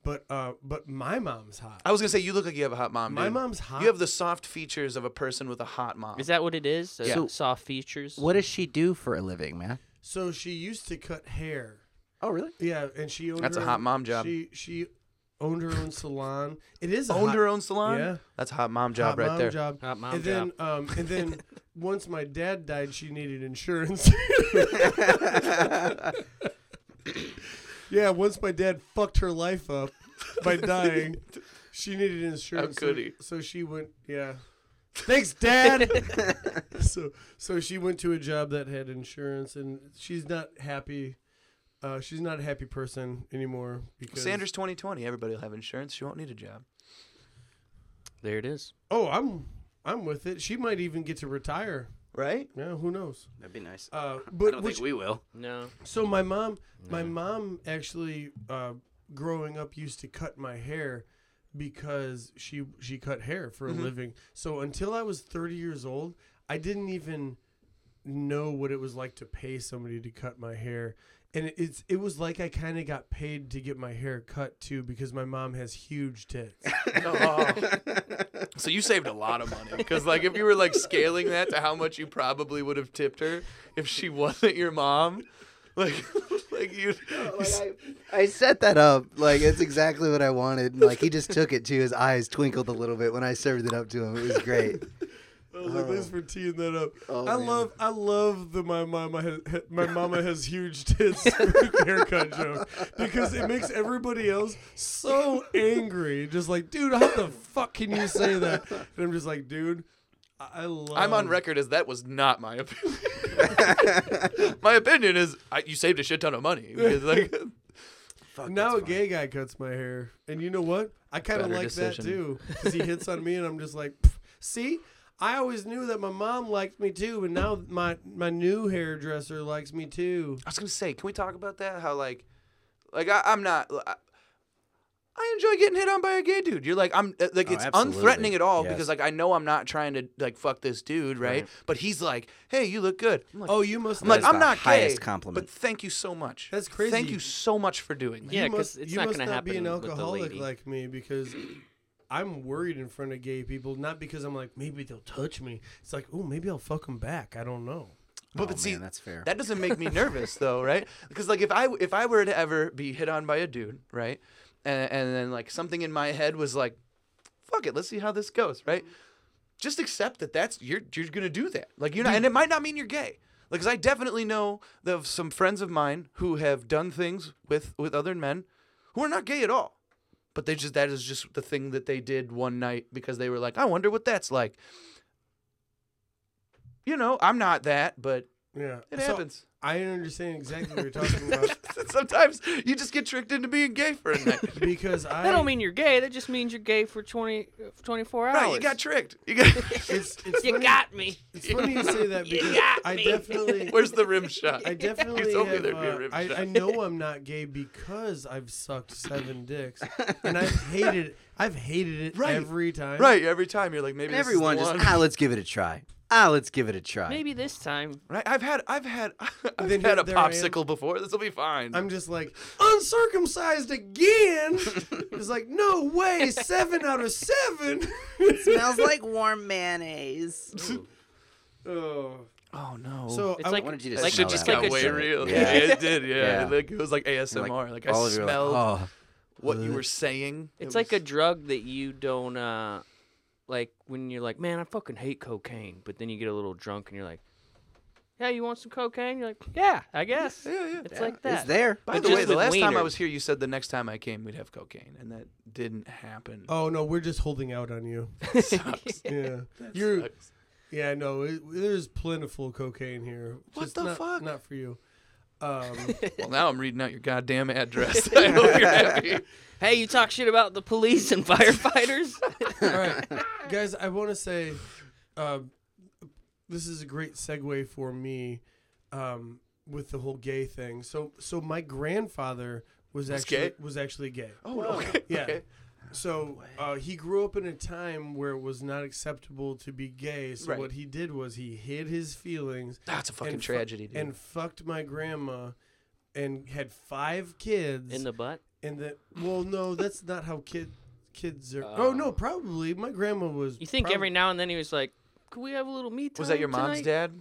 Speaker 3: but uh, but my mom's hot.
Speaker 2: I was gonna say you look like you have a hot mom.
Speaker 3: My
Speaker 2: dude.
Speaker 3: mom's hot.
Speaker 2: You have the soft features of a person with a hot mom.
Speaker 1: Is that what it is?
Speaker 2: Yeah.
Speaker 1: So, soft features.
Speaker 4: What does she do for a living, man?
Speaker 3: So she used to cut hair.
Speaker 4: Oh, really?
Speaker 3: Yeah, and she owned.
Speaker 2: That's
Speaker 3: her
Speaker 2: a hot
Speaker 3: own-
Speaker 2: mom job.
Speaker 3: She she owned her own salon. It is a
Speaker 2: owned
Speaker 3: hot,
Speaker 2: her own salon?
Speaker 3: Yeah.
Speaker 2: That's a hot mom job
Speaker 3: hot
Speaker 2: right
Speaker 3: mom
Speaker 2: there.
Speaker 3: Job.
Speaker 1: Hot mom
Speaker 3: and then um and then once my dad died, she needed insurance. yeah, once my dad fucked her life up by dying, she needed insurance.
Speaker 2: could
Speaker 3: so,
Speaker 2: he?
Speaker 3: So she went. Yeah. Thanks, Dad. so so she went to a job that had insurance, and she's not happy. Uh, she's not a happy person anymore because
Speaker 2: Sanders 2020. Everybody will have insurance. She won't need a job.
Speaker 1: There it is.
Speaker 3: Oh, I'm I'm with it. She might even get to retire.
Speaker 2: Right?
Speaker 3: Yeah, who knows?
Speaker 4: That'd be nice.
Speaker 3: Uh,
Speaker 4: I
Speaker 3: but
Speaker 4: don't
Speaker 3: which,
Speaker 4: think we will.
Speaker 1: No.
Speaker 3: so my mom, my mom actually, uh, growing up, used to cut my hair because she she cut hair for a living. So until I was 30 years old, I didn't even know what it was like to pay somebody to cut my hair. And it- it's it was like I kind of got paid to get my hair cut too because my mom has huge tits. Oh.
Speaker 2: so you saved a lot of money because, like, if you were like scaling that to how much you probably would have tipped her if she wasn't your mom, like, like you.
Speaker 4: I set that
Speaker 5: up. Like it's exactly what I wanted. And, like he just took it too. His eyes twinkled a little bit when I served it up to him. It was great.
Speaker 3: I was like, thanks for teeing that up.
Speaker 5: Oh,
Speaker 3: I
Speaker 5: man.
Speaker 3: love, I love the my mama has my mama has huge tits haircut joke because it makes everybody else so angry. Just like, dude, how the fuck can you say that? And I'm just like, dude, I I love.
Speaker 2: I'm on record as that was not my opinion. my opinion is I, you saved a shit ton of money because, like,
Speaker 3: Now a gay guy cuts my hair, and you know what? I kind of
Speaker 2: Better
Speaker 3: like
Speaker 2: decision.
Speaker 3: that too because he hits on me, and I'm just like, "Pff, see. I always knew that my mom liked me too, and now my my new hairdresser likes me too.
Speaker 2: I was gonna say, can we talk about that? How like, like I, I'm not. I, I enjoy getting hit on by a gay dude. You're like, I'm uh, like,
Speaker 4: Oh,
Speaker 2: it's
Speaker 4: absolutely.
Speaker 2: unthreatening at all
Speaker 4: Yes.
Speaker 2: because like I know I'm not trying to like fuck this dude, right? But he's like, hey, you look good. I'm like,
Speaker 3: Oh, you must.
Speaker 2: I'm, like,
Speaker 4: is
Speaker 2: I'm
Speaker 4: the
Speaker 2: not gay,
Speaker 4: highest compliment.
Speaker 2: but thank you so much.
Speaker 3: That's
Speaker 2: Thank
Speaker 3: crazy.
Speaker 2: you so much for doing that.
Speaker 1: Yeah,
Speaker 3: you
Speaker 1: 'cause
Speaker 3: must,
Speaker 1: it's
Speaker 3: you
Speaker 1: not
Speaker 3: must
Speaker 1: gonna
Speaker 3: not be an
Speaker 1: happen with the
Speaker 3: alcoholic
Speaker 1: lady.
Speaker 3: like me because I'm worried in front of gay people. Not because I'm like maybe they'll touch me. It's like oh maybe I'll fuck them back. I don't know.
Speaker 2: But, but
Speaker 4: Oh, man,
Speaker 2: see,
Speaker 4: that's fair.
Speaker 2: That doesn't make me nervous though, right? Because like if I if I were to ever be hit on by a dude, right, and and then like something in my head was like, "Fuck it, let's see how this goes," right? Just accept that that's you're you're gonna do that. Like you're not, and it might not mean you're gay. Like, 'cause I definitely know of some friends of mine who have done things with with other men who are not gay at all. But they just that is just the thing that they did one night because they were like, I wonder what that's like. You know, I'm not that, but
Speaker 3: Yeah,
Speaker 2: it
Speaker 3: So,
Speaker 2: happens.
Speaker 3: I understand exactly what you're talking about
Speaker 2: Sometimes you just get tricked into being gay for a night.
Speaker 3: because I
Speaker 1: That don't mean you're gay. That just means you're gay for 20, uh, 24 hours.
Speaker 2: right, you got tricked. You got.
Speaker 3: it's, it's
Speaker 1: You
Speaker 3: funny,
Speaker 1: got me.
Speaker 3: It's funny you say that because
Speaker 1: got
Speaker 3: I
Speaker 1: me.
Speaker 3: definitely
Speaker 2: Where's the rim shot?
Speaker 3: I definitely
Speaker 2: told me
Speaker 3: have,
Speaker 2: there'd be a
Speaker 3: uh,
Speaker 2: rim
Speaker 3: I,
Speaker 2: shot.
Speaker 3: I know I'm not gay because I've sucked seven dicks and I've hated I've hated it
Speaker 2: Right.
Speaker 3: every time.
Speaker 2: Right, every time you're like maybe
Speaker 4: And
Speaker 2: this is the
Speaker 4: everyone just
Speaker 2: one.
Speaker 4: ah, let's give it a try. Ah, let's give it a try.
Speaker 1: Maybe this time.
Speaker 2: right. I've had I've had I've
Speaker 3: Then
Speaker 2: had
Speaker 3: here-
Speaker 2: a
Speaker 3: there I am.
Speaker 2: popsicle before. This will be fine.
Speaker 3: I'm just like uncircumcised again. it's like no way, seven out of seven.
Speaker 4: smells like warm mayonnaise.
Speaker 3: oh,
Speaker 2: oh no.
Speaker 3: so
Speaker 1: It's
Speaker 3: I,
Speaker 1: like
Speaker 4: wanted you to
Speaker 1: like,
Speaker 2: that shit
Speaker 4: smell
Speaker 2: just
Speaker 4: that
Speaker 1: like
Speaker 2: got
Speaker 1: a-
Speaker 4: when you
Speaker 2: way
Speaker 4: said it.
Speaker 2: real.
Speaker 4: Yeah.
Speaker 2: it did. Yeah,
Speaker 4: Yeah.
Speaker 2: Like, it was like ASMR. Like, I
Speaker 4: all of you were
Speaker 2: smelled
Speaker 4: Like, oh,
Speaker 2: what you were saying. It
Speaker 1: It's like a
Speaker 2: was-
Speaker 1: drug that you don't uh like when you're like, man, I fucking hate cocaine, but then you get a little drunk and you're like, yeah, you want some cocaine? You're like, yeah, I guess.
Speaker 2: Yeah, yeah.
Speaker 1: It's like that.
Speaker 4: it's there.
Speaker 2: By
Speaker 1: but
Speaker 2: the
Speaker 1: just
Speaker 2: way, the
Speaker 1: with
Speaker 2: last time I
Speaker 1: wieners.
Speaker 2: was here, you said the next time I came we'd have cocaine, and that didn't happen.
Speaker 3: oh no, we're just holding out on you.
Speaker 2: Sucks.
Speaker 3: Yeah, you're.
Speaker 2: sucks.
Speaker 3: Yeah, no, it, there's plentiful cocaine here.
Speaker 2: What
Speaker 3: Just
Speaker 2: the
Speaker 3: not-
Speaker 2: fuck?
Speaker 3: Not for you. Um,
Speaker 2: Well, now I'm reading out your goddamn address. I hope you're happy.
Speaker 1: Hey, you talk shit about the police and firefighters?
Speaker 3: all right, guys, I want to say uh, this is a great segue for me um, with the whole gay thing. So, so my grandfather was actually
Speaker 2: gay?
Speaker 3: was actually gay.
Speaker 2: Oh, okay.
Speaker 3: Yeah.
Speaker 2: okay.
Speaker 3: So uh, he grew up in a time where it was not acceptable to be gay. So
Speaker 2: Right.
Speaker 3: what he did was he hid his feelings
Speaker 2: That's a fucking
Speaker 3: and fu-
Speaker 2: tragedy, dude.
Speaker 3: and fucked my grandma and had five kids.
Speaker 1: In the butt?
Speaker 3: and the well, no, that's not how kid kids are. oh no, probably my grandma was.
Speaker 1: You think
Speaker 3: prob-
Speaker 1: every now and then he was like, could we have a little meat?
Speaker 2: was that your mom's dad?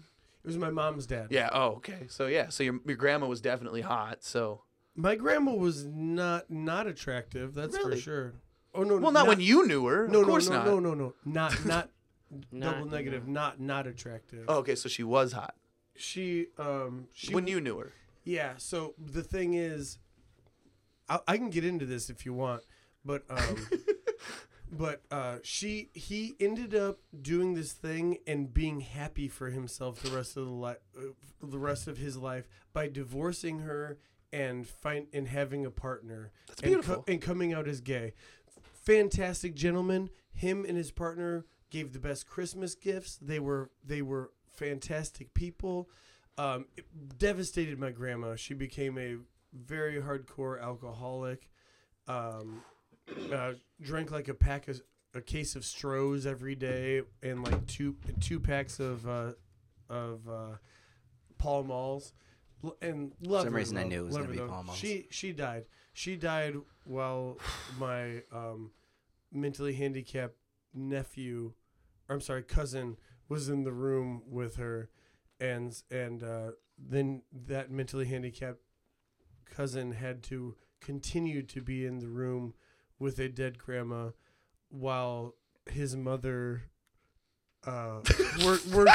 Speaker 3: it was my mom's dad?
Speaker 2: Yeah. Oh, okay. So yeah. So your your grandma was definitely hot. So
Speaker 3: my grandma was not not attractive. That's for
Speaker 2: Really?
Speaker 3: sure. Oh no,
Speaker 2: well, not, when you knew her.
Speaker 3: No,
Speaker 2: of course
Speaker 3: no,
Speaker 2: not.
Speaker 3: no, no, no, no, not not.
Speaker 1: Not-
Speaker 3: Double negative, not not attractive.
Speaker 2: Oh, okay. So she was hot
Speaker 3: She um she
Speaker 2: when you knew her.
Speaker 3: Yeah. So the thing is, I, I can get into this if you want, but um, but uh, she he ended up doing this thing and being happy for himself the rest of the life, uh, the rest of his life by divorcing her and find and having a partner. That's
Speaker 2: beautiful.
Speaker 3: And, coming out as gay. Fantastic gentleman. Him and his partner gave the best Christmas gifts. They were they were fantastic people um, it devastated my grandma. She became a very hardcore alcoholic. Um, uh, drank like a pack of a case of Strohs every day, and like two two packs of uh, of uh, Pall Malls. L- And love
Speaker 4: some
Speaker 3: her,
Speaker 4: reason I
Speaker 3: love-
Speaker 4: knew it was
Speaker 3: love
Speaker 4: gonna
Speaker 3: her,
Speaker 4: be
Speaker 3: though.
Speaker 4: Pall Malls.
Speaker 3: She she died. She died while my um, mentally handicapped nephew, or I'm sorry, cousin was in the room with her, and and uh, then that mentally handicapped cousin had to continue to be in the room with a dead grandma while his mother uh, worked, worked,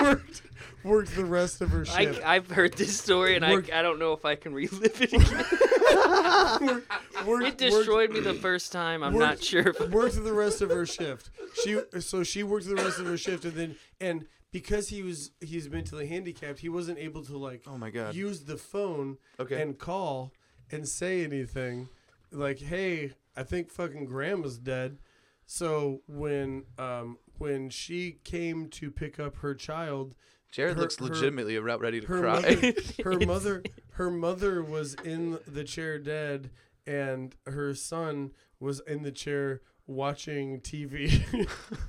Speaker 3: worked worked the rest of her
Speaker 1: I,
Speaker 3: shift.
Speaker 1: I've heard this story and I,
Speaker 3: Work-
Speaker 1: I don't know if I can relive it again.
Speaker 3: Worked-
Speaker 1: It
Speaker 3: worked-
Speaker 1: destroyed me the first time. I'm
Speaker 3: worked-
Speaker 1: not sure. If,
Speaker 3: worked the rest of her shift. She so she worked the rest of her shift, and then and because he was he's mentally handicapped, he wasn't able to like
Speaker 2: Oh my God.
Speaker 3: use the phone
Speaker 2: Okay.
Speaker 3: and call and say anything like hey I think fucking grandma's dead. So when um when she came to pick up her child,
Speaker 2: Jared
Speaker 3: her-
Speaker 2: looks
Speaker 3: her-
Speaker 2: legitimately about ready to
Speaker 3: her
Speaker 2: cry.
Speaker 3: mother, her mother her mother was in the chair dead and her son was in the chair watching TV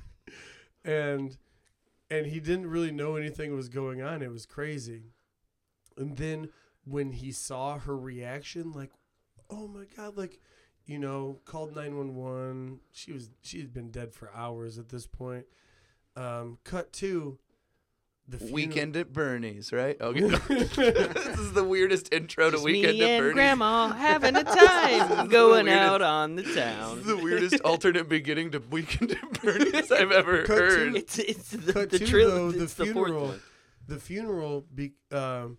Speaker 3: and and he didn't really know anything was going on it was crazy and then when he saw her reaction like oh my god like you know called 911 she was she had been dead for hours at this point um cut to the funeral-
Speaker 2: Weekend at Bernie's, right? Okay. this is the weirdest intro to Weekend
Speaker 1: me
Speaker 2: at
Speaker 1: and
Speaker 2: Bernie's.
Speaker 1: Grandma having a
Speaker 2: This is
Speaker 1: time
Speaker 2: the
Speaker 1: going
Speaker 2: weirdest-
Speaker 1: out on the
Speaker 2: This
Speaker 1: town.
Speaker 2: is the weirdest alternate beginning to Weekend at Bernie's I've ever
Speaker 3: Cut to-
Speaker 2: heard.
Speaker 1: It's it's the,
Speaker 3: Cut
Speaker 1: the
Speaker 3: to, though,
Speaker 1: trilogy.
Speaker 3: the
Speaker 1: It's the, fourth
Speaker 3: funeral.
Speaker 1: one.
Speaker 3: the funeral be um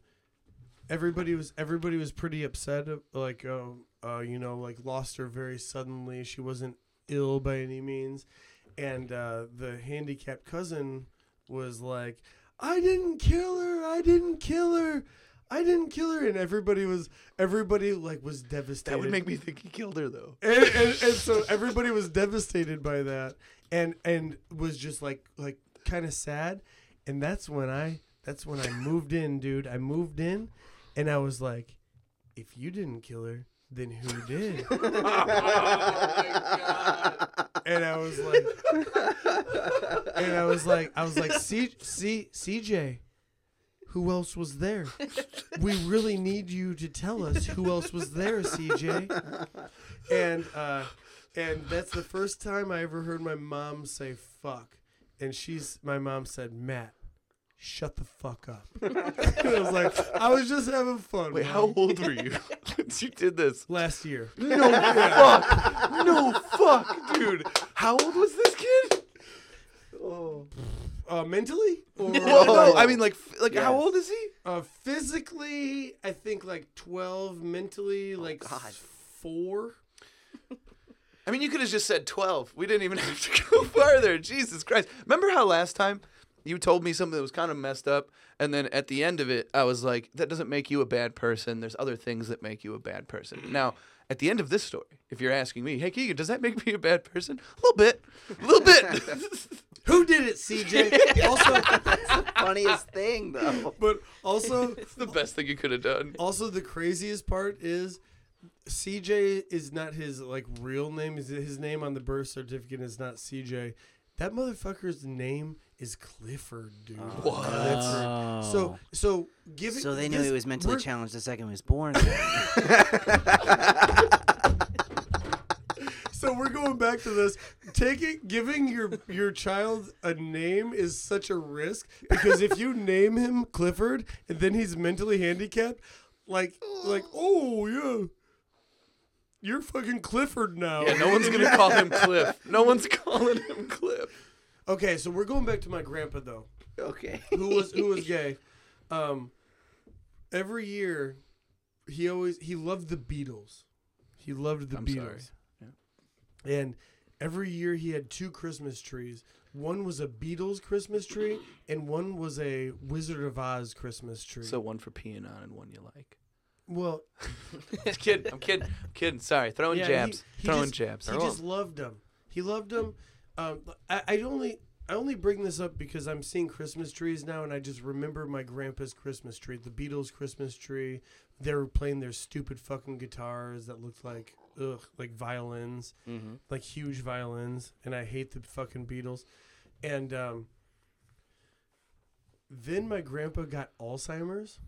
Speaker 3: everybody was everybody was pretty upset uh, like um uh you know like lost her very suddenly she wasn't ill by any means and uh the handicapped cousin was like i didn't kill her i didn't kill her i didn't kill her and everybody was everybody like was devastated
Speaker 2: That would make me think he killed her, though.
Speaker 3: and, and, and so everybody was devastated by that and and was just like like kind of sad and that's when i that's when i moved in dude i moved in and i was like if you didn't kill her then who did and i was like and i was like i was like C, C, cj who else was there we really need you to tell us who else was there cj and uh, and that's the first time I ever heard my mom say fuck. And she's my mom said, Matt, shut the fuck up. And I was like, I was just having fun.
Speaker 2: Wait,
Speaker 3: Mom."
Speaker 2: how old were you when you did this?
Speaker 3: Last year,
Speaker 2: No fuck! No fuck, dude! How old was this kid?
Speaker 3: uh, mentally or
Speaker 2: Well, no, I mean, like, f- like, how
Speaker 3: Yes.
Speaker 2: old is he?
Speaker 3: uh, physically, I think like twelve. Mentally,
Speaker 4: Oh,
Speaker 3: like s- four.
Speaker 2: I mean, you could have just said 12. We didn't even have to go farther. Jesus Christ. Remember how last time You told me something that was kind of messed up, and then at the end of it, I was like, that doesn't make you a bad person. There's other things that make you a bad person. Now, at the end of this story, if you're asking me, hey Keegan, does that make me a bad person? A little bit, a little bit.
Speaker 3: Who did it, CJ? also,
Speaker 4: Funniest thing though.
Speaker 3: but also,
Speaker 2: it's the best thing you could have done.
Speaker 3: also the craziest part is CJ is not his like real name. Is his name on the birth certificate is not CJ. That motherfucker's name is Clifford, dude.
Speaker 2: What?
Speaker 3: Clifford. So so give it.
Speaker 4: So they knew
Speaker 3: this-
Speaker 4: he was mentally
Speaker 3: we're-
Speaker 4: challenged the second he was born.
Speaker 3: So we're going back to this. Taking giving your your child a name is such a risk because if you name him Clifford and then he's mentally handicapped, like like oh yeah, you're fucking Clifford now.
Speaker 2: Yeah, no one's gonna call him Cliff. No one's calling him Cliff.
Speaker 3: Okay, so we're going back to my grandpa though,
Speaker 4: okay.
Speaker 3: who was who was gay. Um, every year, he always he loved the Beatles. He loved the
Speaker 2: I'm sorry.
Speaker 3: Beatles. And every year he had two Christmas trees. One was a Beatles Christmas tree, and one was a Wizard of Oz Christmas tree.
Speaker 2: So one for peeing on and one you like.
Speaker 3: well,
Speaker 2: Just kidding. I'm kidding. I'm kidding. Sorry. Throwing
Speaker 3: yeah, he-
Speaker 2: jabs.
Speaker 3: he
Speaker 2: Throwing
Speaker 3: just-
Speaker 2: jabs.
Speaker 3: He just loved them. He loved them. Um, I, I only I only bring this up because I'm seeing Christmas trees now, and I just remember my grandpa's Christmas tree, the Beatles' Christmas tree. They were playing their stupid fucking guitars that looked like ugh, like violins,
Speaker 1: Mm-hmm.
Speaker 3: like huge violins, and I hate the fucking Beatles. And um, then my grandpa got Alzheimer's,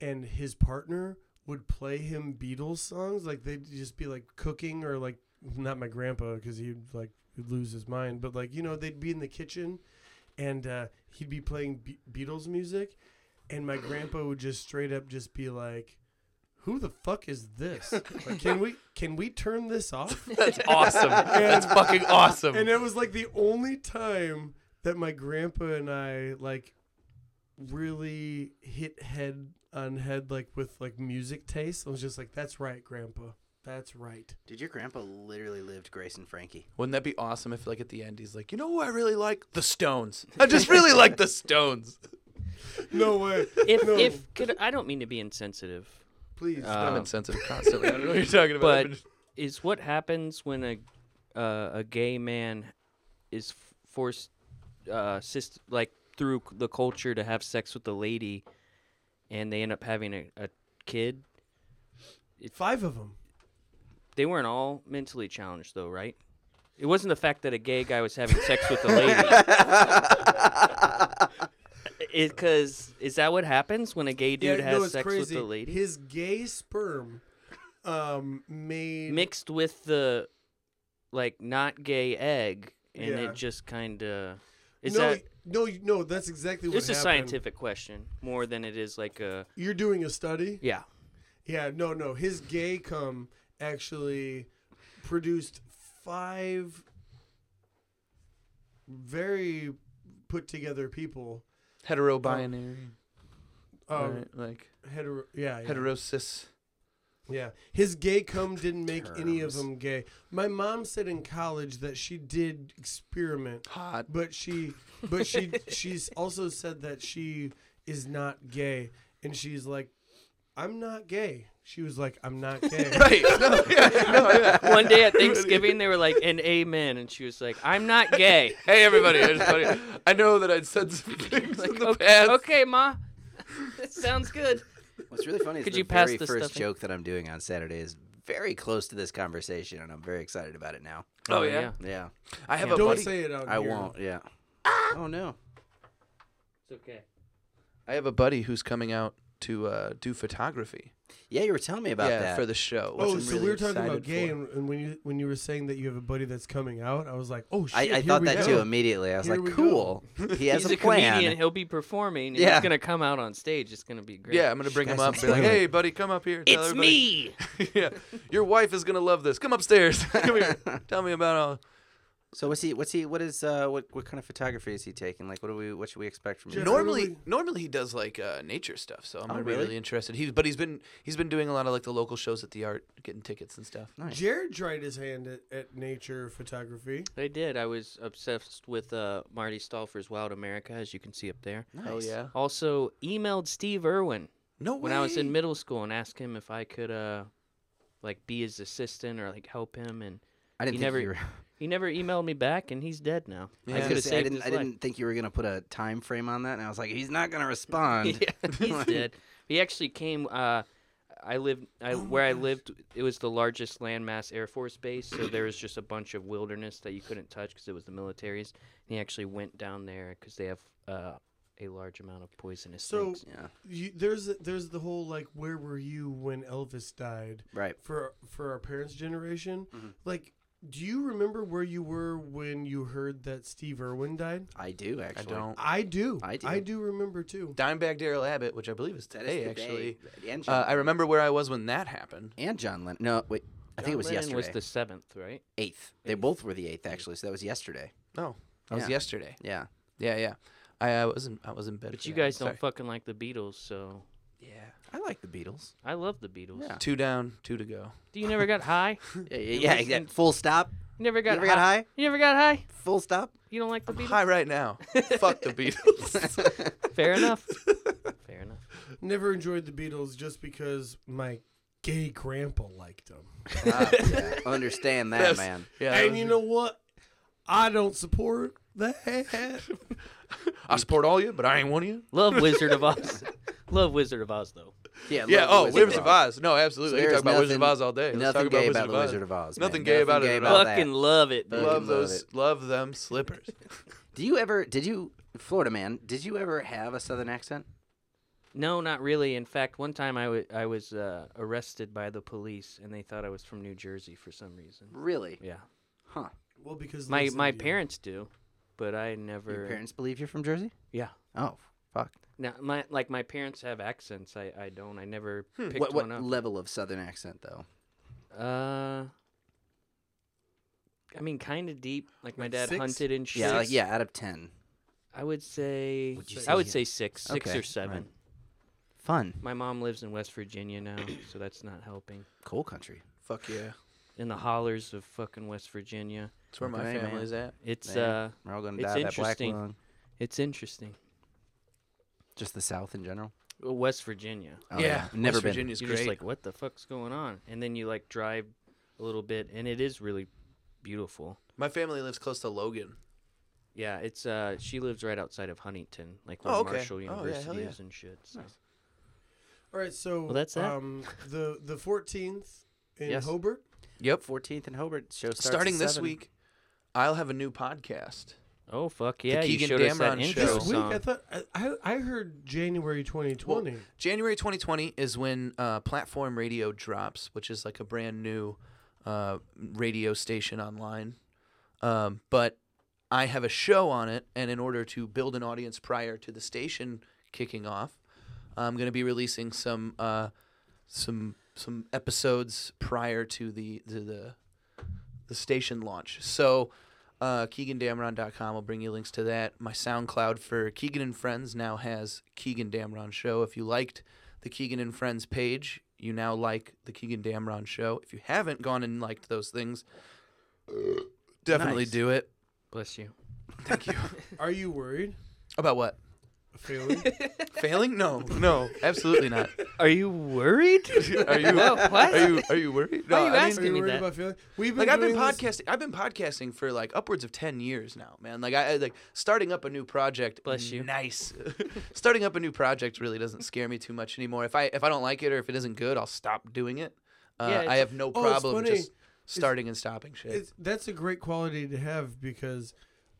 Speaker 3: and his partner would play him Beatles songs. Like they'd just be like cooking or like not my grandpa because he'd like he'd lose his mind, but like you know they'd be in the kitchen, and uh, he'd be playing Be- Beatles music, and my grandpa would just straight up just be like. Who the fuck is this? Like, can we can we turn this off?
Speaker 2: That's awesome. That's fucking awesome.
Speaker 3: And it was like the only time that my grandpa and I like really hit head on head like with like music taste. I was just like, "That's right, grandpa. That's right."
Speaker 4: Did your grandpa literally lived Grace and Frankie?
Speaker 2: Wouldn't that be awesome if, like, at the end, he's like, you know who I really like? The Stones. I just really like the Stones.
Speaker 3: No way.
Speaker 1: If
Speaker 3: no,
Speaker 1: if could I don't mean to be insensitive,
Speaker 3: please.
Speaker 2: I'm
Speaker 1: Um,
Speaker 2: insensitive constantly. I don't know what you're talking about.
Speaker 1: but is what happens when a uh, a gay man is f- forced uh syst- like through c- the culture to have sex with a lady and they end up having a, a kid
Speaker 3: Five of them.
Speaker 1: they weren't all mentally challenged though right it wasn't the fact that a gay guy was having sex with a lady because is that what happens when a gay dude has sex with a lady
Speaker 3: His gay sperm um made
Speaker 1: mixed with the like not gay egg and
Speaker 3: Yeah.
Speaker 1: it just kind of is
Speaker 3: no,
Speaker 1: that
Speaker 3: no, no, that's exactly what
Speaker 1: it's a
Speaker 3: happened.
Speaker 1: scientific question more than it is like a
Speaker 3: You're doing a study?
Speaker 1: yeah
Speaker 3: Yeah, no, no. His gay cum actually produced five very put together people.
Speaker 2: hetero binary.
Speaker 3: Um,
Speaker 2: right? Like,
Speaker 3: hetero, yeah, yeah,
Speaker 2: heterosis.
Speaker 3: yeah. His gay cum didn't make any of
Speaker 4: Terms.
Speaker 3: them gay. My mom said in college that she did experiment,
Speaker 2: Hot.
Speaker 3: but she, but she, she's also said that she is not gay, and she's like, I'm not gay. She was like, I'm not gay.
Speaker 2: Right. No, yeah, no, yeah.
Speaker 1: one day at thanksgiving they were like and amen and she was like i'm not gay
Speaker 2: Hey, everybody. I, just, wanna- I know that I'd said some things in
Speaker 1: like
Speaker 2: the
Speaker 1: okay,
Speaker 2: past.
Speaker 1: okay ma that sounds good
Speaker 4: What's really funny is
Speaker 1: Could
Speaker 4: the
Speaker 1: you pass
Speaker 4: very
Speaker 1: the
Speaker 4: first
Speaker 1: stuffing?
Speaker 4: joke that I'm doing on Saturday is very close to this conversation, and I'm very excited about it now.
Speaker 2: Oh, yeah.
Speaker 4: Yeah,
Speaker 2: I have a
Speaker 3: Don't
Speaker 2: buddy.
Speaker 3: say it Ah! out
Speaker 4: I
Speaker 3: here.
Speaker 4: won't. Yeah. Oh no.
Speaker 1: it's okay
Speaker 2: I have a buddy who's coming out to uh, do photography.
Speaker 4: Yeah, you were telling me about
Speaker 2: yeah,
Speaker 4: that.
Speaker 2: for the show. which
Speaker 3: Oh,
Speaker 2: I'm
Speaker 3: so
Speaker 2: really
Speaker 3: we were talking about
Speaker 2: excited
Speaker 3: gay,
Speaker 2: for.
Speaker 3: and, and when you when you were saying that you have a buddy that's coming out, I was like, oh shit,
Speaker 4: I, I
Speaker 3: here
Speaker 4: thought
Speaker 3: we
Speaker 4: that
Speaker 3: go.
Speaker 4: too immediately. I was
Speaker 3: Here we
Speaker 4: like,
Speaker 3: go.
Speaker 4: cool. He has
Speaker 1: he's
Speaker 4: a,
Speaker 1: a
Speaker 4: plan.
Speaker 1: comedian he'll be performing and
Speaker 4: Yeah.
Speaker 1: he's gonna come out on stage it's gonna be great
Speaker 2: Yeah, I'm gonna bring
Speaker 4: guys
Speaker 2: him up.
Speaker 4: are
Speaker 2: and Be like,
Speaker 4: spoiling.
Speaker 2: hey, buddy, come up here. tell
Speaker 1: it's
Speaker 2: everybody."
Speaker 1: me
Speaker 2: yeah, your wife is gonna love this. Come upstairs. Come here. Tell me about all
Speaker 4: So what's he? What's he? What is? Uh, what what kind of photography is he taking? Like, what do we? What should we expect from him?
Speaker 3: General-
Speaker 2: Normally,
Speaker 3: Generally-
Speaker 2: normally he does like uh, nature stuff, so I'm
Speaker 4: Oh,
Speaker 2: gonna
Speaker 4: really?
Speaker 2: be really interested. He, but he's been he's been doing a lot of like the local shows at the art, getting tickets and stuff.
Speaker 4: Nice.
Speaker 3: Jared tried his hand at, at nature photography.
Speaker 1: I did. I was obsessed with uh, Marty Stolfer's Wild America, as you can see up there.
Speaker 4: nice.
Speaker 2: Oh yeah,
Speaker 1: Also, emailed Steve Irwin
Speaker 2: no way.
Speaker 1: when I was in middle school and asked him if I could, uh, like, be his assistant or like help him. And
Speaker 4: I didn't
Speaker 1: He
Speaker 4: think
Speaker 1: never-
Speaker 4: you were.
Speaker 1: he never emailed me back, and he's dead now.
Speaker 4: I, was
Speaker 1: I
Speaker 2: Yeah.
Speaker 1: could
Speaker 4: gonna
Speaker 1: have
Speaker 4: say, I
Speaker 1: saved his
Speaker 4: didn't. I
Speaker 1: life.
Speaker 4: didn't think you were gonna put a time frame on that, and I was like, he's not gonna respond.
Speaker 1: he's dead. He actually came. Uh, I lived
Speaker 4: Oh
Speaker 1: I, where I lived. It was the largest landmass Air Force base, so there was just a bunch of wilderness that you couldn't touch because it was the military's. And he actually went down there because they have uh, a large amount of poisonous
Speaker 3: So-
Speaker 1: snakes.
Speaker 4: Yeah.
Speaker 3: You, there's there's the whole like where were you when Elvis died
Speaker 4: Right.
Speaker 3: for for our parents' generation.
Speaker 4: Mm-hmm.
Speaker 3: Like, do you remember where you were when you heard that Steve Irwin died?
Speaker 4: I do
Speaker 2: I
Speaker 4: actually.
Speaker 2: don't.
Speaker 3: I do.
Speaker 4: I do.
Speaker 3: I do remember too.
Speaker 2: Dimebag Daryl Abbott, which I believe is
Speaker 4: That is
Speaker 2: today
Speaker 4: the
Speaker 2: actually.
Speaker 4: day. And John,
Speaker 2: Uh, I remember where I was when that happened.
Speaker 4: and John Lennon. No, wait. I think it was
Speaker 1: Lennon
Speaker 4: yesterday.
Speaker 1: was the seventh, right?
Speaker 4: eighth. They both were the eighth actually. So that was yesterday.
Speaker 2: No, that was
Speaker 4: Yeah.
Speaker 2: yesterday.
Speaker 4: Yeah.
Speaker 2: Yeah, yeah. I, I was in I was in bed.
Speaker 1: But
Speaker 2: for
Speaker 1: you
Speaker 2: that one.
Speaker 1: guys don't
Speaker 2: Sorry.
Speaker 1: fucking like the Beatles, so
Speaker 2: Yeah.
Speaker 4: I like the Beatles.
Speaker 1: I love the Beatles.
Speaker 4: Yeah.
Speaker 2: Two down, two to go.
Speaker 1: Do you never got high? You
Speaker 4: Yeah. Yeah. yeah,
Speaker 1: listen-
Speaker 4: Full stop.
Speaker 1: never got,
Speaker 4: You ever got high?
Speaker 1: You never got high?
Speaker 4: Full stop.
Speaker 1: You don't like the Beatles?
Speaker 2: Hi right now. Fuck the Beatles.
Speaker 1: Fair enough. Fair enough.
Speaker 3: Never enjoyed the Beatles just because my gay grandpa liked them.
Speaker 4: Ah, yeah. Understand that,
Speaker 2: That's-
Speaker 4: man.
Speaker 2: Yeah. that
Speaker 3: and
Speaker 2: was-
Speaker 3: you know what? I don't support that.
Speaker 2: I support all you, but I ain't one of you.
Speaker 1: Love Wizard of Oz. Love Wizard of Oz though.
Speaker 4: Yeah.
Speaker 2: Yeah.
Speaker 4: love the
Speaker 2: Oh,
Speaker 4: Wizard
Speaker 2: Wizard of Oz. No,
Speaker 4: So
Speaker 2: absolutely. we can
Speaker 4: there's
Speaker 2: talk about Wizard of
Speaker 4: nothing-
Speaker 2: Oz all day. Let's
Speaker 4: nothing
Speaker 2: talk about
Speaker 4: gay
Speaker 2: Wizard
Speaker 4: about
Speaker 2: of
Speaker 4: the
Speaker 2: Oz.
Speaker 4: Wizard of Oz. man.
Speaker 2: Nothing gay about it at all.
Speaker 4: about that.
Speaker 1: Fucking love it, dude.
Speaker 4: Fucking
Speaker 2: Love those.
Speaker 4: it.
Speaker 2: Love them slippers.
Speaker 4: Do you ever? Did you? Florida man, did you ever have a southern accent?
Speaker 1: No, not really. In fact, one time I wa- I was uh, arrested by the police and they thought I was from New Jersey for some reason.
Speaker 4: Really?
Speaker 1: Yeah.
Speaker 4: Huh.
Speaker 3: well, because
Speaker 1: My
Speaker 3: Liz
Speaker 1: my
Speaker 3: Indian.
Speaker 1: parents do, but I never
Speaker 4: Your parents believe you're from Jersey?
Speaker 1: Yeah.
Speaker 4: Oh, fuck.
Speaker 1: Now my like my parents have accents. I, I don't. I never picked
Speaker 4: Hmm. What, what
Speaker 1: one up.
Speaker 4: level of southern accent though?
Speaker 1: uh I mean kind of deep. Like my
Speaker 3: Like
Speaker 1: dad
Speaker 3: six?
Speaker 1: hunted and shit.
Speaker 4: Yeah, like, yeah, out of 10.
Speaker 1: I would say
Speaker 4: Would you
Speaker 1: I
Speaker 4: say-
Speaker 1: would say 6, 6
Speaker 4: Okay,
Speaker 1: or 7.
Speaker 4: right. Fun.
Speaker 1: My mom lives in West Virginia now, so that's not helping.
Speaker 4: Cool country.
Speaker 2: Fuck yeah.
Speaker 1: In the hollers of fucking West Virginia.
Speaker 2: That's where my
Speaker 4: Okay, man.
Speaker 2: family's at.
Speaker 1: It's
Speaker 4: There.
Speaker 1: uh
Speaker 4: We're all going to
Speaker 1: It's
Speaker 4: die of that black
Speaker 1: interesting.
Speaker 4: lung.
Speaker 1: it's interesting.
Speaker 4: Just the South in general.
Speaker 1: Well, West Virginia.
Speaker 4: Oh,
Speaker 2: yeah.
Speaker 4: Never
Speaker 2: West
Speaker 4: been.
Speaker 2: Virginia's
Speaker 1: You're
Speaker 2: great.
Speaker 1: just like, what the fuck's going on? And then you like drive a little bit and it is really beautiful.
Speaker 2: my family lives close to Logan.
Speaker 1: Yeah, it's uh she lives right outside of Huntington, like
Speaker 2: Oh,
Speaker 1: where
Speaker 2: okay.
Speaker 1: Marshall
Speaker 2: Oh, yeah, hell
Speaker 1: University
Speaker 2: yeah.
Speaker 1: is and shit. So.
Speaker 3: All right, so
Speaker 1: Well, that's that.
Speaker 3: Um, the the fourteenth in
Speaker 1: Yes.
Speaker 3: Hobart.
Speaker 2: Yep.
Speaker 4: 14th and Hobart. Show starts at
Speaker 2: Starting this
Speaker 4: 7.
Speaker 2: week, I'll have a new podcast.
Speaker 1: Oh fuck yeah, you
Speaker 2: Keegan
Speaker 1: showed us that
Speaker 2: Damron
Speaker 1: intro
Speaker 2: show.
Speaker 3: This week,
Speaker 1: song.
Speaker 3: I thought I- I I heard January twenty twenty.
Speaker 2: January 2020 is when uh, Platform Radio drops, which is like a brand new uh, radio station online. Um, but I have a show on it, and in order to build an audience prior to the station kicking off, I'm going to be releasing some uh, some some episodes prior to the to the the station launch. So uh, KeeganDamron.com will bring you links to that. My SoundCloud for Keegan and Friends now has Keegan Damron Show. If you liked the Keegan and Friends page, you now like the Keegan Damron Show. If you haven't gone and liked those things, definitely
Speaker 4: Nice.
Speaker 2: do it.
Speaker 1: Bless you.
Speaker 2: Thank you.
Speaker 3: Are you worried?
Speaker 2: About what?
Speaker 3: Failing?
Speaker 2: Failing? No, no, absolutely not.
Speaker 1: Are you worried?
Speaker 2: Are you?
Speaker 1: what?
Speaker 2: Are you? Are you worried? No,
Speaker 1: Why are you
Speaker 2: I mean-
Speaker 1: asking
Speaker 3: Are you
Speaker 1: me
Speaker 3: worried
Speaker 1: that?
Speaker 3: about failing? We've been
Speaker 2: like I've been
Speaker 3: doing this-
Speaker 2: podcasting. I've been podcasting for like upwards of ten years now, man. Like I I- like starting up a new project.
Speaker 1: Bless you.
Speaker 2: Nice. starting up a new project really doesn't scare me too much anymore. If I if I don't like it or if it isn't good, I'll stop doing it. Uh,
Speaker 1: Yeah, it's-
Speaker 2: I have no
Speaker 3: it's
Speaker 2: problem
Speaker 3: funny.
Speaker 2: just starting and stopping shit.
Speaker 3: It's, that's a great quality to have because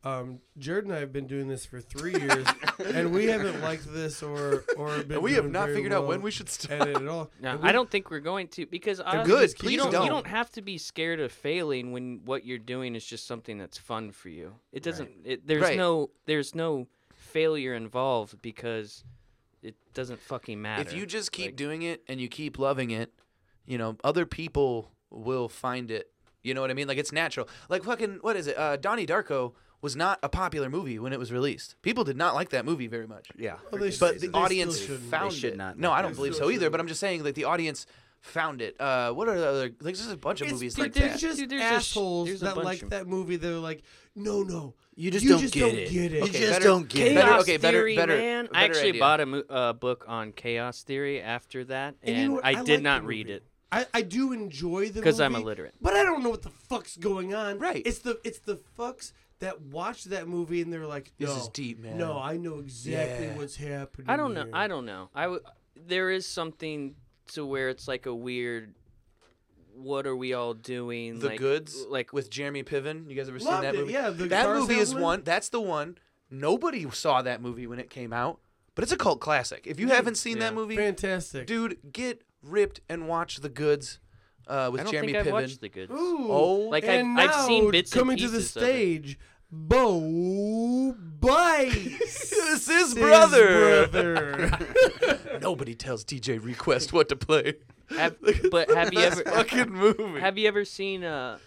Speaker 3: um, Jared and I have been doing this for three years, and we haven't liked this or or been.
Speaker 2: and we have
Speaker 3: doing
Speaker 2: not
Speaker 3: very
Speaker 2: figured out
Speaker 3: well
Speaker 2: when we should stop.
Speaker 3: at it at all.
Speaker 1: No,
Speaker 3: And we-
Speaker 1: I don't think we're going to because I
Speaker 2: good,
Speaker 1: you
Speaker 2: please
Speaker 1: don't, You
Speaker 2: don't.
Speaker 1: don't have to be scared of failing when what you're doing is just something that's fun for you. It doesn't. It, there's
Speaker 2: Right.
Speaker 1: no. There's no failure involved because it doesn't fucking matter.
Speaker 2: If you just keep
Speaker 1: Like,
Speaker 2: doing it and you keep loving it, you know, other people will find it You know what I mean? Like it's natural. Like fucking what is it? Uh, Donnie Darko was not a popular movie when it was released. People did not like that movie very much.
Speaker 4: Yeah.
Speaker 3: Well, they
Speaker 2: But
Speaker 3: s-
Speaker 2: the
Speaker 3: they
Speaker 2: audience
Speaker 3: still shouldn't.
Speaker 2: found
Speaker 4: They should
Speaker 2: it.
Speaker 4: not
Speaker 2: no,
Speaker 4: like
Speaker 2: I don't
Speaker 4: that.
Speaker 2: believe so either. But I'm just saying, like the audience found it. Uh, what are the other? Like, there's a bunch of
Speaker 1: It's-
Speaker 2: movies
Speaker 1: dude,
Speaker 2: like
Speaker 1: there's
Speaker 2: that.
Speaker 3: Just
Speaker 1: Dude, there's a sh-
Speaker 3: assholes
Speaker 1: there's a
Speaker 3: that
Speaker 1: bunch
Speaker 3: like
Speaker 1: of-
Speaker 3: that movie. They're like, no, no,
Speaker 4: You just don't get it."
Speaker 5: You
Speaker 2: Okay,
Speaker 5: just
Speaker 2: better-
Speaker 5: don't get
Speaker 1: Chaos
Speaker 5: it.
Speaker 2: Better- okay, better-
Speaker 1: theory,
Speaker 2: better-
Speaker 1: man. I
Speaker 2: better
Speaker 1: actually
Speaker 2: idea.
Speaker 1: bought a mo- uh, book on chaos theory after that, and,
Speaker 3: And you know what?
Speaker 1: I,
Speaker 3: like
Speaker 1: did
Speaker 3: the
Speaker 1: not read
Speaker 3: movie.
Speaker 1: it.
Speaker 3: I, I do enjoy the
Speaker 1: 'Cause I'm
Speaker 3: movie,
Speaker 1: illiterate.
Speaker 3: but I don't know what the fuck's going on.
Speaker 2: Right.
Speaker 3: It's the it's the fucks that watch that movie and they're like, no,
Speaker 2: This is deep, man.
Speaker 3: No, I know exactly
Speaker 2: Yeah.
Speaker 3: what's happening.
Speaker 1: I don't know.
Speaker 3: here."
Speaker 1: I don't know. I w- there is something to where it's like a weird. What are we all doing?
Speaker 2: The
Speaker 1: like,
Speaker 2: Goods,
Speaker 1: like
Speaker 2: like with Jeremy Piven. You guys ever seen
Speaker 3: Loved
Speaker 2: that
Speaker 3: it,
Speaker 2: movie?
Speaker 3: yeah, the
Speaker 2: that
Speaker 3: car
Speaker 2: movie is
Speaker 3: salesman.
Speaker 2: one. That's the one. Nobody saw that movie when it came out, but it's a cult classic. If you haven't seen that
Speaker 1: Yeah.
Speaker 2: movie,
Speaker 3: Fantastic.
Speaker 2: dude, get ripped and watch The Goods uh, with
Speaker 1: I don't
Speaker 2: Jeremy
Speaker 1: think I
Speaker 2: Piven.
Speaker 1: watched the Goods.
Speaker 3: Ooh.
Speaker 2: Oh,
Speaker 1: Like
Speaker 3: and
Speaker 1: I've,
Speaker 3: now,
Speaker 1: I've seen bits
Speaker 3: coming
Speaker 1: and
Speaker 3: to the
Speaker 1: pieces of it.
Speaker 3: stage, Bo Bice.
Speaker 2: this is brother.
Speaker 3: brother.
Speaker 2: Nobody tells DJ Request what to play.
Speaker 1: Have- but have you ever
Speaker 2: Fucking movie.
Speaker 1: have you ever seen uh,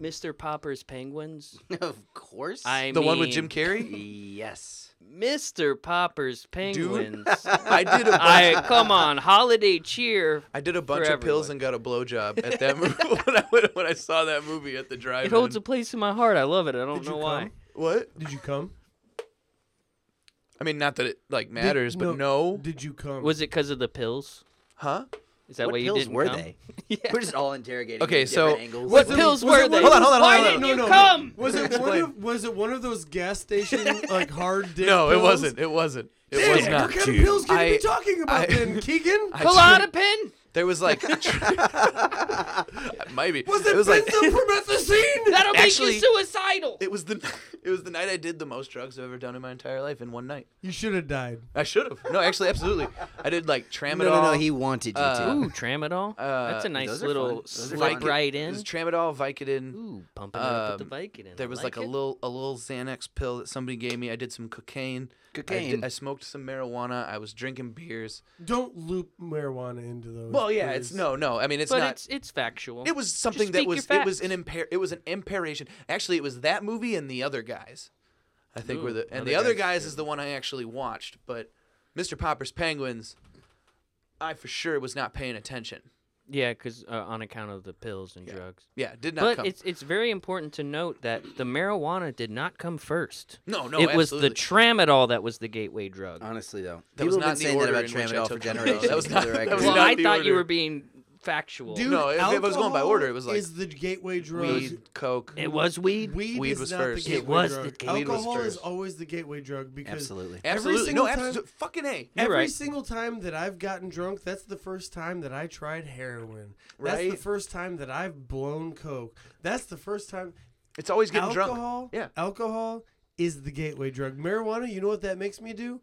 Speaker 1: Mr. Popper's Penguins?
Speaker 4: of course.
Speaker 1: I
Speaker 2: the one with Jim
Speaker 1: mean,
Speaker 2: Carrey.
Speaker 4: Yes.
Speaker 1: Mr. Popper's Penguins.
Speaker 2: I did a bunch,
Speaker 1: I come on, holiday cheer.
Speaker 2: I did a bunch
Speaker 1: for
Speaker 2: of pills
Speaker 1: everyone.
Speaker 2: and got a blowjob at that movie when I went- when I saw that movie at the drive.
Speaker 1: It holds a place in my heart. I love it. I don't
Speaker 3: Did you
Speaker 1: know why.
Speaker 3: come?
Speaker 2: what?
Speaker 3: Did you come?
Speaker 2: I mean, not that it like matters,
Speaker 3: Did-
Speaker 2: but no,
Speaker 3: Did you come?
Speaker 1: Was it because of the pills?
Speaker 2: huh?
Speaker 1: Is that
Speaker 4: what
Speaker 1: why you
Speaker 4: pills
Speaker 1: didn't
Speaker 4: were
Speaker 1: come?
Speaker 4: they? We're just all interrogating.
Speaker 2: Okay,
Speaker 4: at
Speaker 2: so-
Speaker 4: different angles.
Speaker 1: What
Speaker 3: Was it-
Speaker 1: pills
Speaker 3: was
Speaker 1: were
Speaker 3: it
Speaker 1: they?
Speaker 3: one- Hold
Speaker 2: on, hold on,
Speaker 1: why
Speaker 2: hold on.
Speaker 1: didn't
Speaker 2: No,
Speaker 1: you
Speaker 3: no, no.
Speaker 1: come?
Speaker 3: was it one
Speaker 2: Explain.
Speaker 3: of was it one of those gas station like hard dick?
Speaker 2: No, it
Speaker 3: pills?
Speaker 2: wasn't. It wasn't. It
Speaker 3: Damn,
Speaker 2: was not.
Speaker 3: What kind of pills can you
Speaker 2: I-
Speaker 3: be talking about
Speaker 2: I-
Speaker 3: then, Keegan?
Speaker 2: I
Speaker 1: Colada pin?
Speaker 2: There was like, maybe
Speaker 3: was it,
Speaker 2: was like
Speaker 3: benzopromethazine?
Speaker 1: That'll
Speaker 2: Actually-
Speaker 1: make you suicidal.
Speaker 2: it was the it was the night I did the most drugs I've ever done in my entire life in one night.
Speaker 3: you should have died.
Speaker 2: I should have. No, actually, absolutely. I did like tramadol.
Speaker 4: No, no, no. He wanted you
Speaker 2: Uh,
Speaker 4: to.
Speaker 1: Ooh, tramadol.
Speaker 2: Uh,
Speaker 1: That's a nice
Speaker 4: those are fun.
Speaker 1: little
Speaker 4: Those are
Speaker 1: slip
Speaker 4: fun.
Speaker 1: right
Speaker 2: It
Speaker 1: in.
Speaker 2: was tramadol, Vicodin.
Speaker 1: Ooh, pumping it up with the
Speaker 2: Um,
Speaker 1: Viking in.
Speaker 2: There was like, a
Speaker 1: it.
Speaker 2: little a little Xanax pill that somebody gave me. I did some cocaine. I,
Speaker 4: Cocaine.
Speaker 2: did- I smoked some marijuana. I was drinking beers.
Speaker 3: Don't loop marijuana into those.
Speaker 2: Well, yeah, it's
Speaker 3: please.
Speaker 2: no, no. I mean, it's
Speaker 1: But
Speaker 2: not.
Speaker 1: it's it's factual.
Speaker 2: it was something
Speaker 1: speak
Speaker 2: that
Speaker 1: your
Speaker 2: was it was
Speaker 1: facts.
Speaker 2: an impair it was an imperation. Actually, it was that movie and the other guys. I think were
Speaker 1: Ooh,
Speaker 2: the and
Speaker 4: Other
Speaker 2: the other
Speaker 4: Guys
Speaker 2: guys is the one I actually watched. But Mr. Popper's Penguins, I for sure was not paying attention.
Speaker 1: yeah, because uh, on account of the pills and drugs.
Speaker 2: Yeah, did not
Speaker 1: But
Speaker 2: come.
Speaker 1: it's it's very important to note that the marijuana did not come first.
Speaker 2: No, no,
Speaker 1: it was the
Speaker 2: absolutely.
Speaker 1: tramadol that was the gateway drug.
Speaker 4: Honestly, though,
Speaker 2: That was
Speaker 4: people
Speaker 2: not
Speaker 4: have
Speaker 2: the
Speaker 4: been saying that
Speaker 2: order
Speaker 4: about
Speaker 2: in which I
Speaker 4: tramadol for
Speaker 2: took them.
Speaker 4: generations.
Speaker 2: That was
Speaker 4: for
Speaker 2: not-
Speaker 4: the
Speaker 2: that
Speaker 4: record.
Speaker 2: was
Speaker 1: well,
Speaker 2: not
Speaker 1: I
Speaker 2: the
Speaker 1: thought you
Speaker 2: order.
Speaker 1: were being factual.
Speaker 3: Dude,
Speaker 2: No, if it was going by
Speaker 3: alcohol
Speaker 2: order, it was like
Speaker 3: is the gateway drug.
Speaker 2: weed, coke,
Speaker 1: it was weed.
Speaker 3: Weed,
Speaker 2: Weed
Speaker 3: is
Speaker 2: was
Speaker 3: not
Speaker 2: first.
Speaker 3: The
Speaker 2: It
Speaker 3: gateway
Speaker 1: was the
Speaker 3: drug.
Speaker 1: gateway
Speaker 3: Alcohol
Speaker 2: drug.
Speaker 3: is always the gateway drug because
Speaker 4: Absolutely.
Speaker 2: Absolutely,
Speaker 3: single
Speaker 2: no,
Speaker 3: time-
Speaker 2: absolutely, fucking a.
Speaker 3: every
Speaker 1: right.
Speaker 3: single time that I've gotten drunk, that's the first time that I tried heroin. That's the
Speaker 2: Right.
Speaker 3: first time that I've blown coke. That's the first time
Speaker 2: It's always getting
Speaker 3: alcohol.
Speaker 2: drunk. Yeah.
Speaker 3: alcohol is the gateway drug. Marijuana, you know what that makes me do?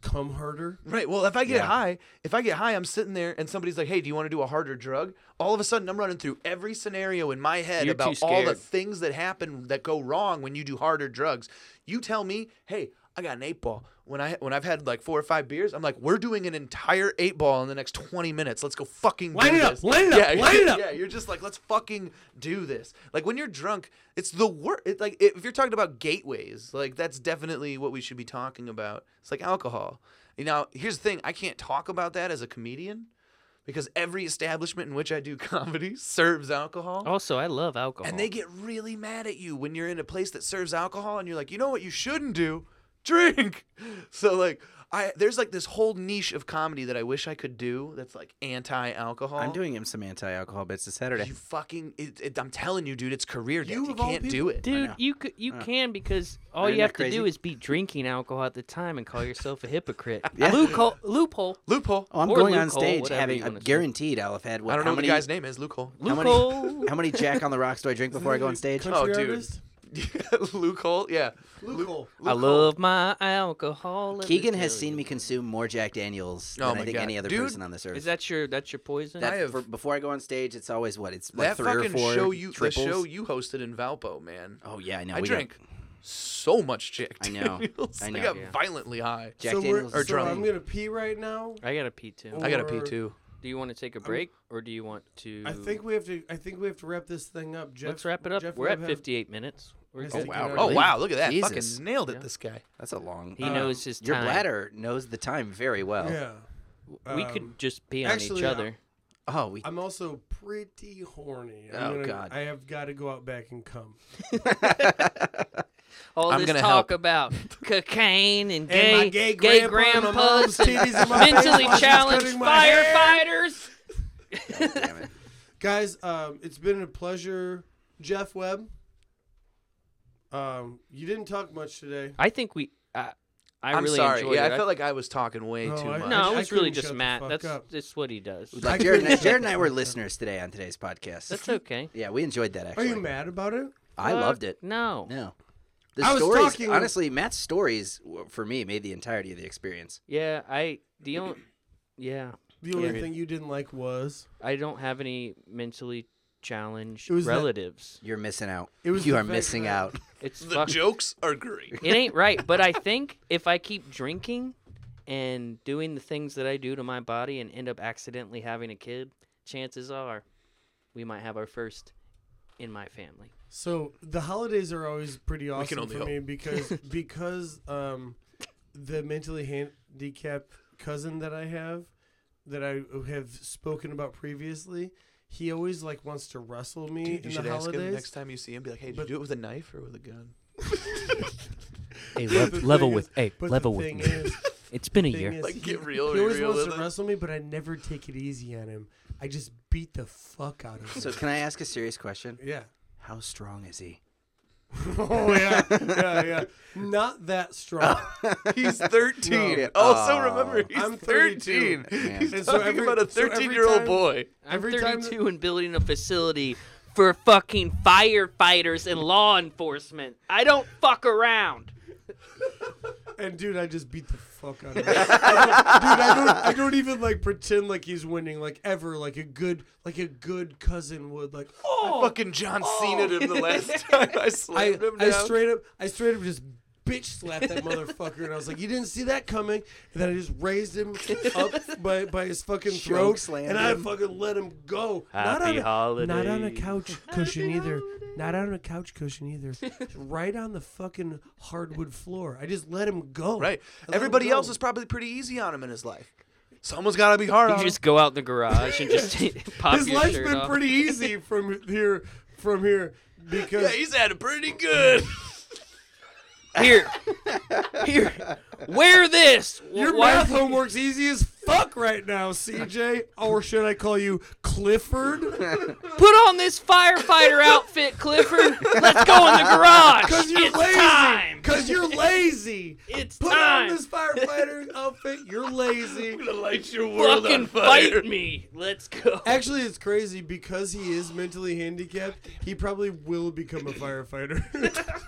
Speaker 3: Come harder.
Speaker 2: Right. Well, if I get
Speaker 4: Yeah.
Speaker 2: high, if I get high, I'm sitting there and somebody's like, "Hey, do you want to do a harder drug?" All of a sudden, I'm running through every scenario in my head
Speaker 1: You're too
Speaker 2: about all the
Speaker 1: scared.
Speaker 2: things that happen that go wrong when you do harder drugs. You tell me, "Hey, I got an eight ball." When I when I've had like four or five beers, I'm like, "We're doing an entire eight ball in the next 20 minutes. Let's go fucking
Speaker 3: Line
Speaker 2: do
Speaker 3: it up,
Speaker 2: this."
Speaker 3: line it up,
Speaker 2: Yeah,
Speaker 3: line it up.
Speaker 2: Yeah, you're just like, "Let's fucking do this." Like when you're drunk, it's the worst. It, like if you're talking about gateways, like that's definitely what we should be talking about. It's like alcohol. You know, here's the thing: I can't talk about that as a comedian because every establishment in which I do comedy serves alcohol.
Speaker 3: Oh.
Speaker 1: Also, I love alcohol.
Speaker 2: And they get really mad at you when you're in a place that serves alcohol and you're like, you know what you shouldn't do? Drink. So like I there's like this whole niche of comedy that I wish I could do that's like anti alcohol.
Speaker 4: I'm doing him some anti-alcohol bits this Saturday.
Speaker 2: you fucking it, it, I'm telling you, dude, it's career death.
Speaker 3: You
Speaker 2: You,
Speaker 3: of all
Speaker 2: can't
Speaker 3: people-
Speaker 2: do it.
Speaker 1: Dude, you could, you
Speaker 4: Uh.
Speaker 1: can because all
Speaker 4: Isn't
Speaker 1: you
Speaker 4: that
Speaker 1: have to do
Speaker 4: crazy?
Speaker 1: is be drinking alcohol at the time and call yourself a hypocrite. Loophole, loophole,
Speaker 2: Loophole.
Speaker 4: Oh, I'm
Speaker 1: Or
Speaker 4: going on
Speaker 1: loophole,
Speaker 4: stage
Speaker 1: whatever
Speaker 4: having.
Speaker 1: you
Speaker 4: I
Speaker 1: wanna say.
Speaker 4: guaranteed I'll have had. What,
Speaker 2: I don't
Speaker 4: how
Speaker 2: know what the
Speaker 4: many,
Speaker 2: guy's name is, Loophole.
Speaker 4: How
Speaker 1: loophole.
Speaker 4: many, how many Jack on the Rocks do I drink before I go on stage?
Speaker 3: Country
Speaker 2: Oh, dude.
Speaker 3: artist?
Speaker 2: Loophole, yeah.
Speaker 3: Loophole.
Speaker 1: I love my alcohol. let me
Speaker 4: Keegan has
Speaker 1: tell
Speaker 4: seen
Speaker 1: you.
Speaker 4: me consume more Jack Daniels
Speaker 2: Oh
Speaker 4: than
Speaker 2: my
Speaker 4: I think
Speaker 2: God.
Speaker 4: any other
Speaker 2: Dude,
Speaker 4: person on this earth.
Speaker 1: Is that your that's your poison?
Speaker 4: That-
Speaker 2: I have-
Speaker 4: for- before I go on stage, it's always what it's what,
Speaker 2: that
Speaker 4: three
Speaker 2: fucking
Speaker 4: or four
Speaker 2: show you
Speaker 4: triples.
Speaker 2: the show you hosted in Valpo, man.
Speaker 4: Oh yeah, I know.
Speaker 2: I
Speaker 4: we got-
Speaker 2: drank so much Jack
Speaker 4: I know.
Speaker 2: Daniels.
Speaker 4: I
Speaker 2: I
Speaker 4: know,
Speaker 2: got
Speaker 1: yeah.
Speaker 2: violently high.
Speaker 4: Jack
Speaker 3: so we're,
Speaker 4: Daniels
Speaker 2: or
Speaker 3: so
Speaker 2: drunk.
Speaker 3: I'm gonna pee right now.
Speaker 4: Oh,
Speaker 1: I got a pee too.
Speaker 2: I got a pee
Speaker 3: Or-
Speaker 2: too.
Speaker 1: Do you want to take a break or do you want to?
Speaker 3: I think we have to. I think we have to wrap this thing up. Jeff,
Speaker 1: let's wrap it up.
Speaker 3: Jeff
Speaker 1: We're at
Speaker 3: Webb had-
Speaker 1: 58 minutes. We're
Speaker 3: has
Speaker 1: good.
Speaker 3: to
Speaker 4: wow,
Speaker 3: get out.
Speaker 2: Oh
Speaker 4: Really?
Speaker 2: wow, look at that!
Speaker 4: Jesus.
Speaker 2: Fucking nailed it,
Speaker 1: Yeah.
Speaker 2: this guy.
Speaker 4: That's a long. uh,
Speaker 3: Uh,
Speaker 1: He knows his
Speaker 4: Your
Speaker 1: time.
Speaker 4: bladder knows the time very well.
Speaker 3: Yeah.
Speaker 1: We
Speaker 3: Um,
Speaker 1: could just pee on
Speaker 3: actually,
Speaker 1: each
Speaker 3: I-
Speaker 1: other.
Speaker 4: Oh, we,
Speaker 3: I'm also pretty horny. I'm
Speaker 4: Oh,
Speaker 3: gonna-
Speaker 4: God.
Speaker 3: I have got to go out back and come.
Speaker 1: All
Speaker 2: I'm
Speaker 1: this
Speaker 2: gonna
Speaker 1: talk
Speaker 2: help.
Speaker 1: about cocaine and
Speaker 3: And my
Speaker 1: gay,
Speaker 3: gay
Speaker 1: gay
Speaker 3: grandpa and my mom's
Speaker 1: grandpas, and
Speaker 3: titties in my face
Speaker 1: mentally
Speaker 3: while she's
Speaker 1: challenged
Speaker 3: cutting my hair.
Speaker 1: firefighters.
Speaker 4: damn it.
Speaker 3: Guys, um, it's been a pleasure, Jeff Webb. Um, you didn't talk much today.
Speaker 1: I think we. I I
Speaker 2: I'm
Speaker 1: really
Speaker 2: sorry.
Speaker 1: enjoyed
Speaker 2: Yeah,
Speaker 1: it.
Speaker 2: I felt like I was talking way
Speaker 3: No,
Speaker 2: too
Speaker 3: I-
Speaker 2: much.
Speaker 1: no, it
Speaker 3: I
Speaker 1: was really
Speaker 3: couldn't
Speaker 1: just
Speaker 3: shut the
Speaker 1: Matt.
Speaker 3: fuck
Speaker 1: That's
Speaker 3: up.
Speaker 1: that's what he does.
Speaker 4: Like Jared, and I, Jared and I were listeners today on today's podcast.
Speaker 1: That's okay.
Speaker 4: yeah, we enjoyed that
Speaker 3: Are
Speaker 4: actually.
Speaker 3: you mad about it?
Speaker 4: I
Speaker 1: Uh,
Speaker 4: loved it.
Speaker 1: No.
Speaker 4: No. The
Speaker 3: I was
Speaker 4: stories,
Speaker 3: talking-
Speaker 4: honestly, Matt's stories w- for me made the entirety of the experience.
Speaker 1: Yeah, I the only yeah
Speaker 3: The only
Speaker 1: Yeah.
Speaker 3: thing you didn't like was
Speaker 1: I don't have any mentally challenged
Speaker 3: It was that-
Speaker 1: relatives.
Speaker 4: You're missing out.
Speaker 3: It was
Speaker 4: you
Speaker 3: the
Speaker 4: are
Speaker 3: fact
Speaker 4: missing
Speaker 3: that-
Speaker 4: out.
Speaker 1: It's
Speaker 2: The
Speaker 1: fuck-
Speaker 2: jokes are great.
Speaker 1: it ain't right. But I think if I keep drinking and doing the things that I do to my body and end up accidentally having a kid, chances are we might have our first in my family.
Speaker 3: So the holidays are always pretty awesome
Speaker 2: only
Speaker 3: for me because because um, the mentally handicapped cousin that I have that I have spoken about previously, he always like wants to wrestle me
Speaker 2: Dude, you
Speaker 3: in the
Speaker 2: should ask him
Speaker 3: holidays.
Speaker 2: next time you see him. Be like, hey, did
Speaker 3: But-
Speaker 2: you do it with a knife or with a gun?
Speaker 1: Hey,
Speaker 3: But the
Speaker 1: level
Speaker 3: thing
Speaker 1: with
Speaker 3: is-
Speaker 1: hey,
Speaker 3: but
Speaker 1: level
Speaker 3: the
Speaker 1: with
Speaker 3: thing
Speaker 1: me.
Speaker 3: is,
Speaker 1: It's been a
Speaker 3: thing
Speaker 1: year.
Speaker 3: is,
Speaker 2: Like,
Speaker 3: he-
Speaker 2: get real,
Speaker 3: He
Speaker 2: be
Speaker 3: always
Speaker 2: real
Speaker 3: wants
Speaker 2: with
Speaker 3: to
Speaker 2: it.
Speaker 3: wrestle me, but I never take it easy on him. I just beat the fuck out of him.
Speaker 4: So, can I ask a serious question?
Speaker 3: yeah.
Speaker 4: How strong is he?
Speaker 3: Oh yeah, yeah, yeah. Not that strong.
Speaker 2: He's 13.
Speaker 3: No.
Speaker 2: Also, remember, he's
Speaker 3: I'm 32.
Speaker 2: 13. He's
Speaker 3: And so
Speaker 2: talking
Speaker 3: every-
Speaker 2: about a
Speaker 3: so every
Speaker 2: 13 year old
Speaker 3: time-
Speaker 2: boy.
Speaker 1: I'm
Speaker 3: Every time
Speaker 1: 32 and building a facility for fucking firefighters and law enforcement. I don't fuck around.
Speaker 3: And dude, I just beat the fuck out of him. I don't- dude, I don't, I don't even like pretend like he's winning, like ever, like a good, like a good cousin would. Like, oh,
Speaker 2: Fucking John Cena did him the last time I
Speaker 3: I,
Speaker 2: slammed him
Speaker 3: I
Speaker 2: down.
Speaker 3: straight up, I straight up just bitch slapped that motherfucker, and I was like, you didn't see that coming. And then I just raised him up by, by his fucking throat,
Speaker 4: slammed
Speaker 3: and I
Speaker 4: him.
Speaker 3: fucking let him go.
Speaker 1: Happy
Speaker 3: not on a, not on a
Speaker 1: holidays.
Speaker 3: couch cushion either. Not on a couch cushion either. right on the fucking hardwood floor. I just let him go.
Speaker 2: Right.
Speaker 3: I let him
Speaker 2: Everybody
Speaker 3: go.
Speaker 2: else was probably pretty easy on him in his life. Someone's got to be hard on
Speaker 1: You
Speaker 2: him.
Speaker 1: just go out in the garage and just pop
Speaker 3: His
Speaker 1: your
Speaker 3: life's
Speaker 1: shirt
Speaker 3: been
Speaker 1: off.
Speaker 3: pretty easy from here, from here, because
Speaker 2: Yeah, he's had it pretty good.
Speaker 1: Here, here, wear this.
Speaker 3: your
Speaker 1: Why-
Speaker 3: math homework's easy as fuck right now, CJ. Or should I call you Clifford?
Speaker 1: Put on this firefighter outfit, Clifford. Let's go in the garage.
Speaker 3: Because you're
Speaker 1: it's
Speaker 3: lazy.
Speaker 1: time.
Speaker 3: Because you're lazy.
Speaker 1: It's
Speaker 3: Put
Speaker 1: time.
Speaker 3: on this firefighter outfit. You're lazy.
Speaker 2: to light your world
Speaker 1: Fucking
Speaker 2: on fire.
Speaker 1: fight me. Let's go.
Speaker 3: Actually, it's crazy because he is mentally handicapped. He probably will become a firefighter.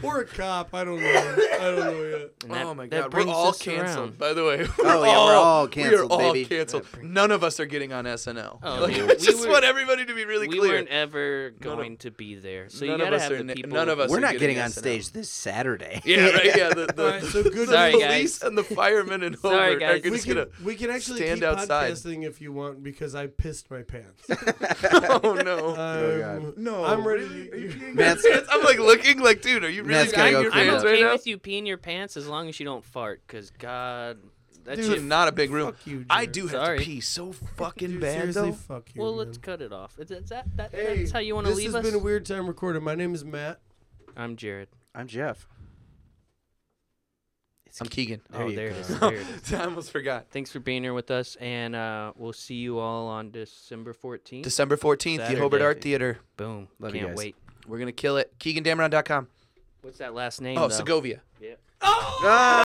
Speaker 3: or a cop. I don't know. I don't know yet.
Speaker 1: And that-
Speaker 2: oh my
Speaker 1: that
Speaker 2: god, we're
Speaker 1: brings
Speaker 2: all
Speaker 1: us
Speaker 2: canceled.
Speaker 1: around.
Speaker 2: By the
Speaker 3: Oh,
Speaker 2: way, we're
Speaker 4: yeah, we're all canceled,
Speaker 2: We are all
Speaker 4: baby.
Speaker 2: canceled. None of us are getting on SNL.
Speaker 1: Oh,
Speaker 2: like,
Speaker 1: yeah.
Speaker 2: I just
Speaker 1: We were-
Speaker 2: want everybody to be really
Speaker 1: We
Speaker 2: clear.
Speaker 1: weren't ever going to be there, so you
Speaker 2: none of
Speaker 1: gotta
Speaker 2: us
Speaker 1: have
Speaker 2: are
Speaker 1: the
Speaker 2: na-
Speaker 1: people.
Speaker 2: none of us
Speaker 4: We're
Speaker 2: are
Speaker 4: not
Speaker 2: Oh, getting
Speaker 4: getting, on
Speaker 2: SNL.
Speaker 4: stage this Saturday.
Speaker 2: Yeah, right. Yeah, the, the,
Speaker 3: All right, so good
Speaker 2: the
Speaker 1: Sorry, guys.
Speaker 2: police and the firemen and
Speaker 1: Sorry,
Speaker 2: Hobart
Speaker 1: guys.
Speaker 2: are gonna
Speaker 3: We
Speaker 2: just gonna.
Speaker 3: can, we can actually
Speaker 2: stand
Speaker 3: keep
Speaker 2: outside.
Speaker 3: podcasting if you want because I pissed my pants.
Speaker 2: Oh no.
Speaker 3: Um,
Speaker 2: No,
Speaker 3: I'm ready.
Speaker 2: really?
Speaker 3: to-
Speaker 4: Matt's-
Speaker 2: I'm like looking like, dude, are you really
Speaker 4: Matt's gotta
Speaker 2: peeing
Speaker 4: go
Speaker 2: your
Speaker 4: clean
Speaker 1: I'm
Speaker 2: pants
Speaker 4: up.
Speaker 1: okay
Speaker 2: right now?
Speaker 1: with you peeing your pants as long as you don't fart, because God, that
Speaker 2: Dude,
Speaker 1: shit.
Speaker 2: not a big room.
Speaker 3: Fuck you,
Speaker 2: I
Speaker 3: Jared.
Speaker 2: do have
Speaker 1: Sorry.
Speaker 2: to pee so fucking
Speaker 3: Dude,
Speaker 2: bad
Speaker 3: seriously,
Speaker 2: though.
Speaker 3: fuck you.
Speaker 1: Well,
Speaker 3: man.
Speaker 1: let's cut it off. Is that, is that, that
Speaker 3: Hey,
Speaker 1: that's how you want to leave
Speaker 3: This
Speaker 1: us?
Speaker 3: has been a weird time recording. My name is Matt.
Speaker 1: I'm Jared.
Speaker 4: I'm Jeff.
Speaker 2: I'm Keegan.
Speaker 4: There
Speaker 1: oh,
Speaker 4: you
Speaker 1: there it
Speaker 4: go.
Speaker 1: is. There it is.
Speaker 2: I almost forgot.
Speaker 1: Thanks for being here with us, and uh, we'll see you all on December 14th.
Speaker 2: December 14th, the
Speaker 1: Saturday.
Speaker 2: Hobart Art Theater.
Speaker 1: Boom.
Speaker 4: Love you
Speaker 1: Can't
Speaker 4: guys.
Speaker 1: wait.
Speaker 2: We're gonna kill it. KeeganDameron.com.
Speaker 1: What's that last name?
Speaker 2: Oh,
Speaker 1: though?
Speaker 2: Segovia.
Speaker 1: Yeah.